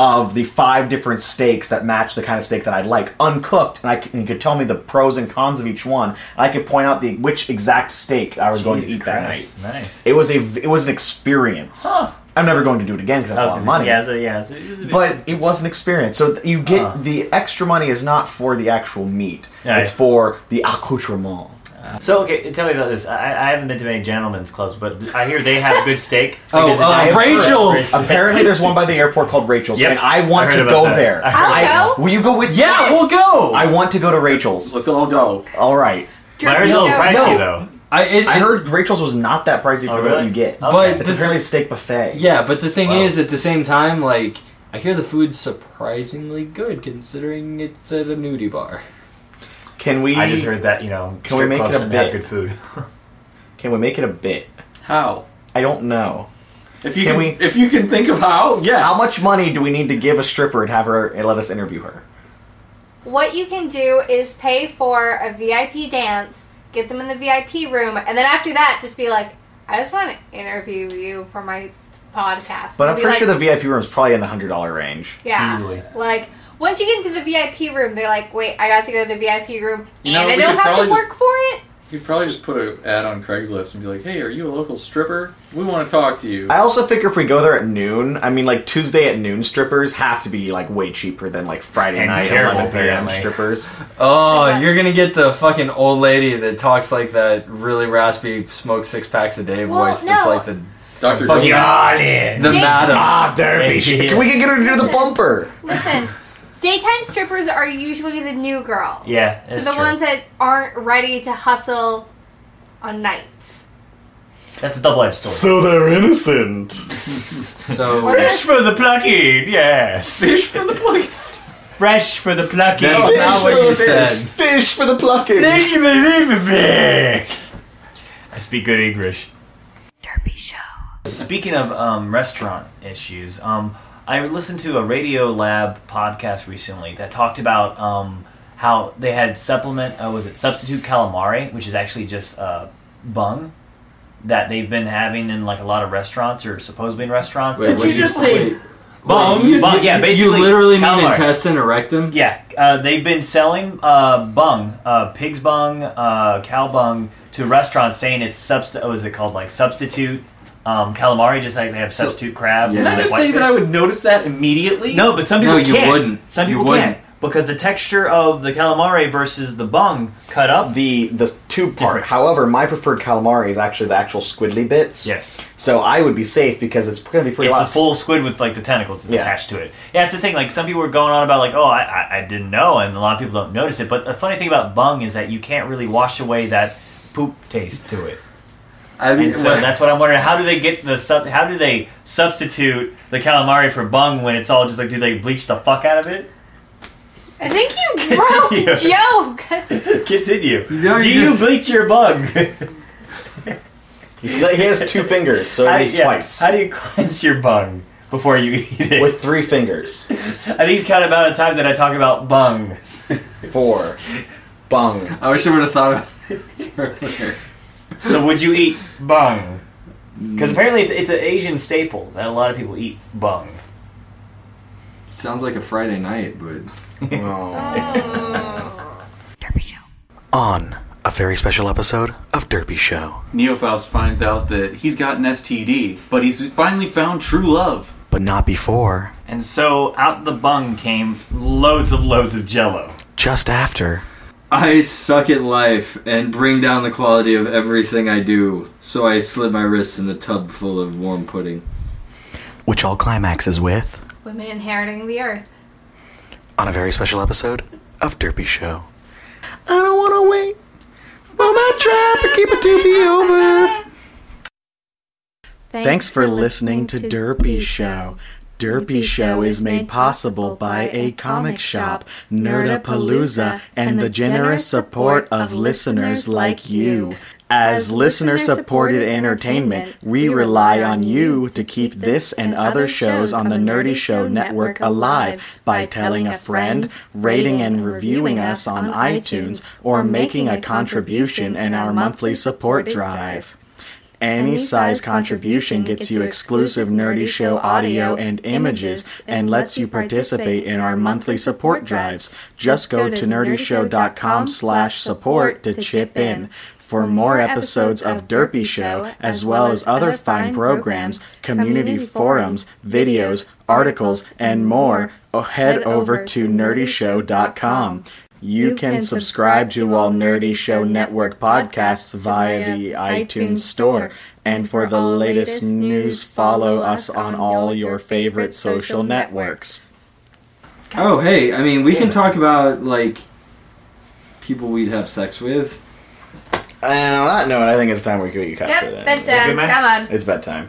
of the five different steaks that match the kind of steak that I like, uncooked, and I c- and you could tell me the pros and cons of each one. And I could point out the which exact steak I was going to Jesus eat Christ, that night. nice. It was a v- it was an experience. Huh. I'm never going to do it again because that's a lot of money Yeah, so, yeah. So, but it was an experience. So th- you get the extra money is not for the actual meat; Yeah, it's yeah. for the accoutrement. uh, so okay, tell me about this. I, I haven't been to many gentlemen's clubs, but I hear they have [LAUGHS] good steak. Oh, There's a uh, giant- Rachel's! Apparently there's one by the airport called Rachel's, Yep. and I want heard to about go that. there. [LAUGHS] I heard I- about that. Will you go with? Yeah, we'll go. I want to go to Rachel's. Let's all go. All right. But I heard it's a little pricey, No. though. I, it- I it- heard Rachel's was not that pricey Oh, for what really? you get. But it's the- apparently a steak buffet. Yeah, but the thing Wow. is, at the same time, like I hear the food's surprisingly good considering it's at a nudie bar. Can we? I just heard that, you know, Can we strip make it clubs a didn't have bit? good [LAUGHS] food. can we make it a bit? How? I don't know. If you can- if you can think of how, yes. How much money do we need to give a stripper and have her and let us interview her? What you can do is pay for a VIP dance, get them in the VIP room, and then after that, just be like, I just want to interview you for my podcast. But I'm And be pretty like- sure the VIP room is probably in the hundred dollar range. Yeah. Like, once you get into the VIP room, they're like, wait, I got to go to the VIP room, You know, and I we don't could have to probably work for it. You could probably just put an ad on Craigslist and be like, "Hey, are you a local stripper? We want to talk to you." I also figure if we go there at noon, I mean, like Tuesday at noon strippers have to be like way cheaper than like Friday And night terrible, eleven p.m. apparently. strippers. Oh, you're gonna get the fucking old lady that talks like that really raspy, smoke six packs a day Well, voice. That's no. like the Dr. fucking- Gianni. the Dave- madam. Ah, derby. shit. we can get her to do the bumper. Listen, [LAUGHS] daytime strippers are usually the new girl. Yeah, So that's the true. ones that aren't ready to hustle on nights. That's a double-edged sword. So they're innocent. so Fish for the plucky, yes. Fish for the plucky. Fresh for the plucky. That's Fish not what for you the said. fish. Fish for the plucky. I speak good English. Derpy show. Speaking of um, restaurant issues, um, I listened to a Radio Lab podcast recently that talked about um, how they had supplement. Uh, was it substitute calamari, which is actually just uh, bung that they've been having in like a lot of restaurants or supposedly in restaurants. Wait, Did what you did you just say- say? Bung, You- bung, you- yeah, you basically. literally mean calamari. intestine or rectum? Yeah, uh, they've been selling uh, bung, uh, pig's bung, uh, cow bung to restaurants, saying it's subst. What is it called? Like substitute um, calamari, just like they have substitute crab. Did I like just say that whitefish. I would notice that immediately? No, but some people No, you can't. wouldn't. Some You people wouldn't. can't because the texture of the calamari versus the bung cut up. The the two part. However, my preferred calamari is actually the actual squiddly bits. Yes. So I would be safe because it's going to be pretty. it's lots. a full squid with like the tentacles Yeah. attached to it. Yeah, that's the thing. Like some people were going on about like, oh, I, I, I didn't know, and a lot of people don't notice it. But the funny thing about bung is that you can't really wash away that poop taste to it. I and so that's what I'm wondering. How do they get the sub? How do they substitute the calamari for bung when it's all just like? Do they bleach the fuck out of it? [LAUGHS] I think [LAUGHS] you broke Continue. [LAUGHS] joke. Continue. you do you bleach your [LAUGHS] bung? He said- he has [LAUGHS] two fingers, so How- it means yeah, twice. How do you [LAUGHS] cleanse your bung before you eat it? With three fingers. I think it's kind of amount of times that I talk about bung. Four. Bung. [LAUGHS] I wish I would have thought of [LAUGHS] it earlier. So would you eat bung? Because apparently it's, it's an Asian staple that a lot of people eat bung. Sounds like a Friday night, but. On a very special episode of Derpy Show. Neofaust finds out that he's got an STD, but he's finally found true love. But not before, And so out the bung came loads of loads of jello. just after. I suck at life and bring down the quality of everything I do, so I slip my wrists in a tub full of warm pudding. Which all climaxes with Women inheriting the earth. on a very special episode of Derpy Show. I don't want to wait for my trap to keep it to be over. Thanks for listening to Derpy Show. Derpy Show is made possible by a comic shop, Nerdapalooza, and the generous support of listeners like you. As listener supported entertainment, we rely on you to keep this and other shows on the Nerdy Show Network alive by telling a friend, rating and reviewing us on iTunes, or making a contribution in our monthly support drive. Any size contribution gets you exclusive Nerdy Show audio and images and lets you participate in our monthly support drives. Just go to nerdyshow.com/support to chip in. For more episodes of Derpy Show, as well as other fine programs, community forums, videos, articles, and more, oh, head over to nerdyshow.com. You can subscribe to all Nerdy Show Network podcasts via the iTunes Store. And for the latest news, follow us on all your favorite social networks. Oh, hey, I mean, we can talk about, like, people we'd have sex with. And on that note, Uh, I think it's time we could cut Yep, for that. bedtime. Okay, man? Come on. It's bedtime.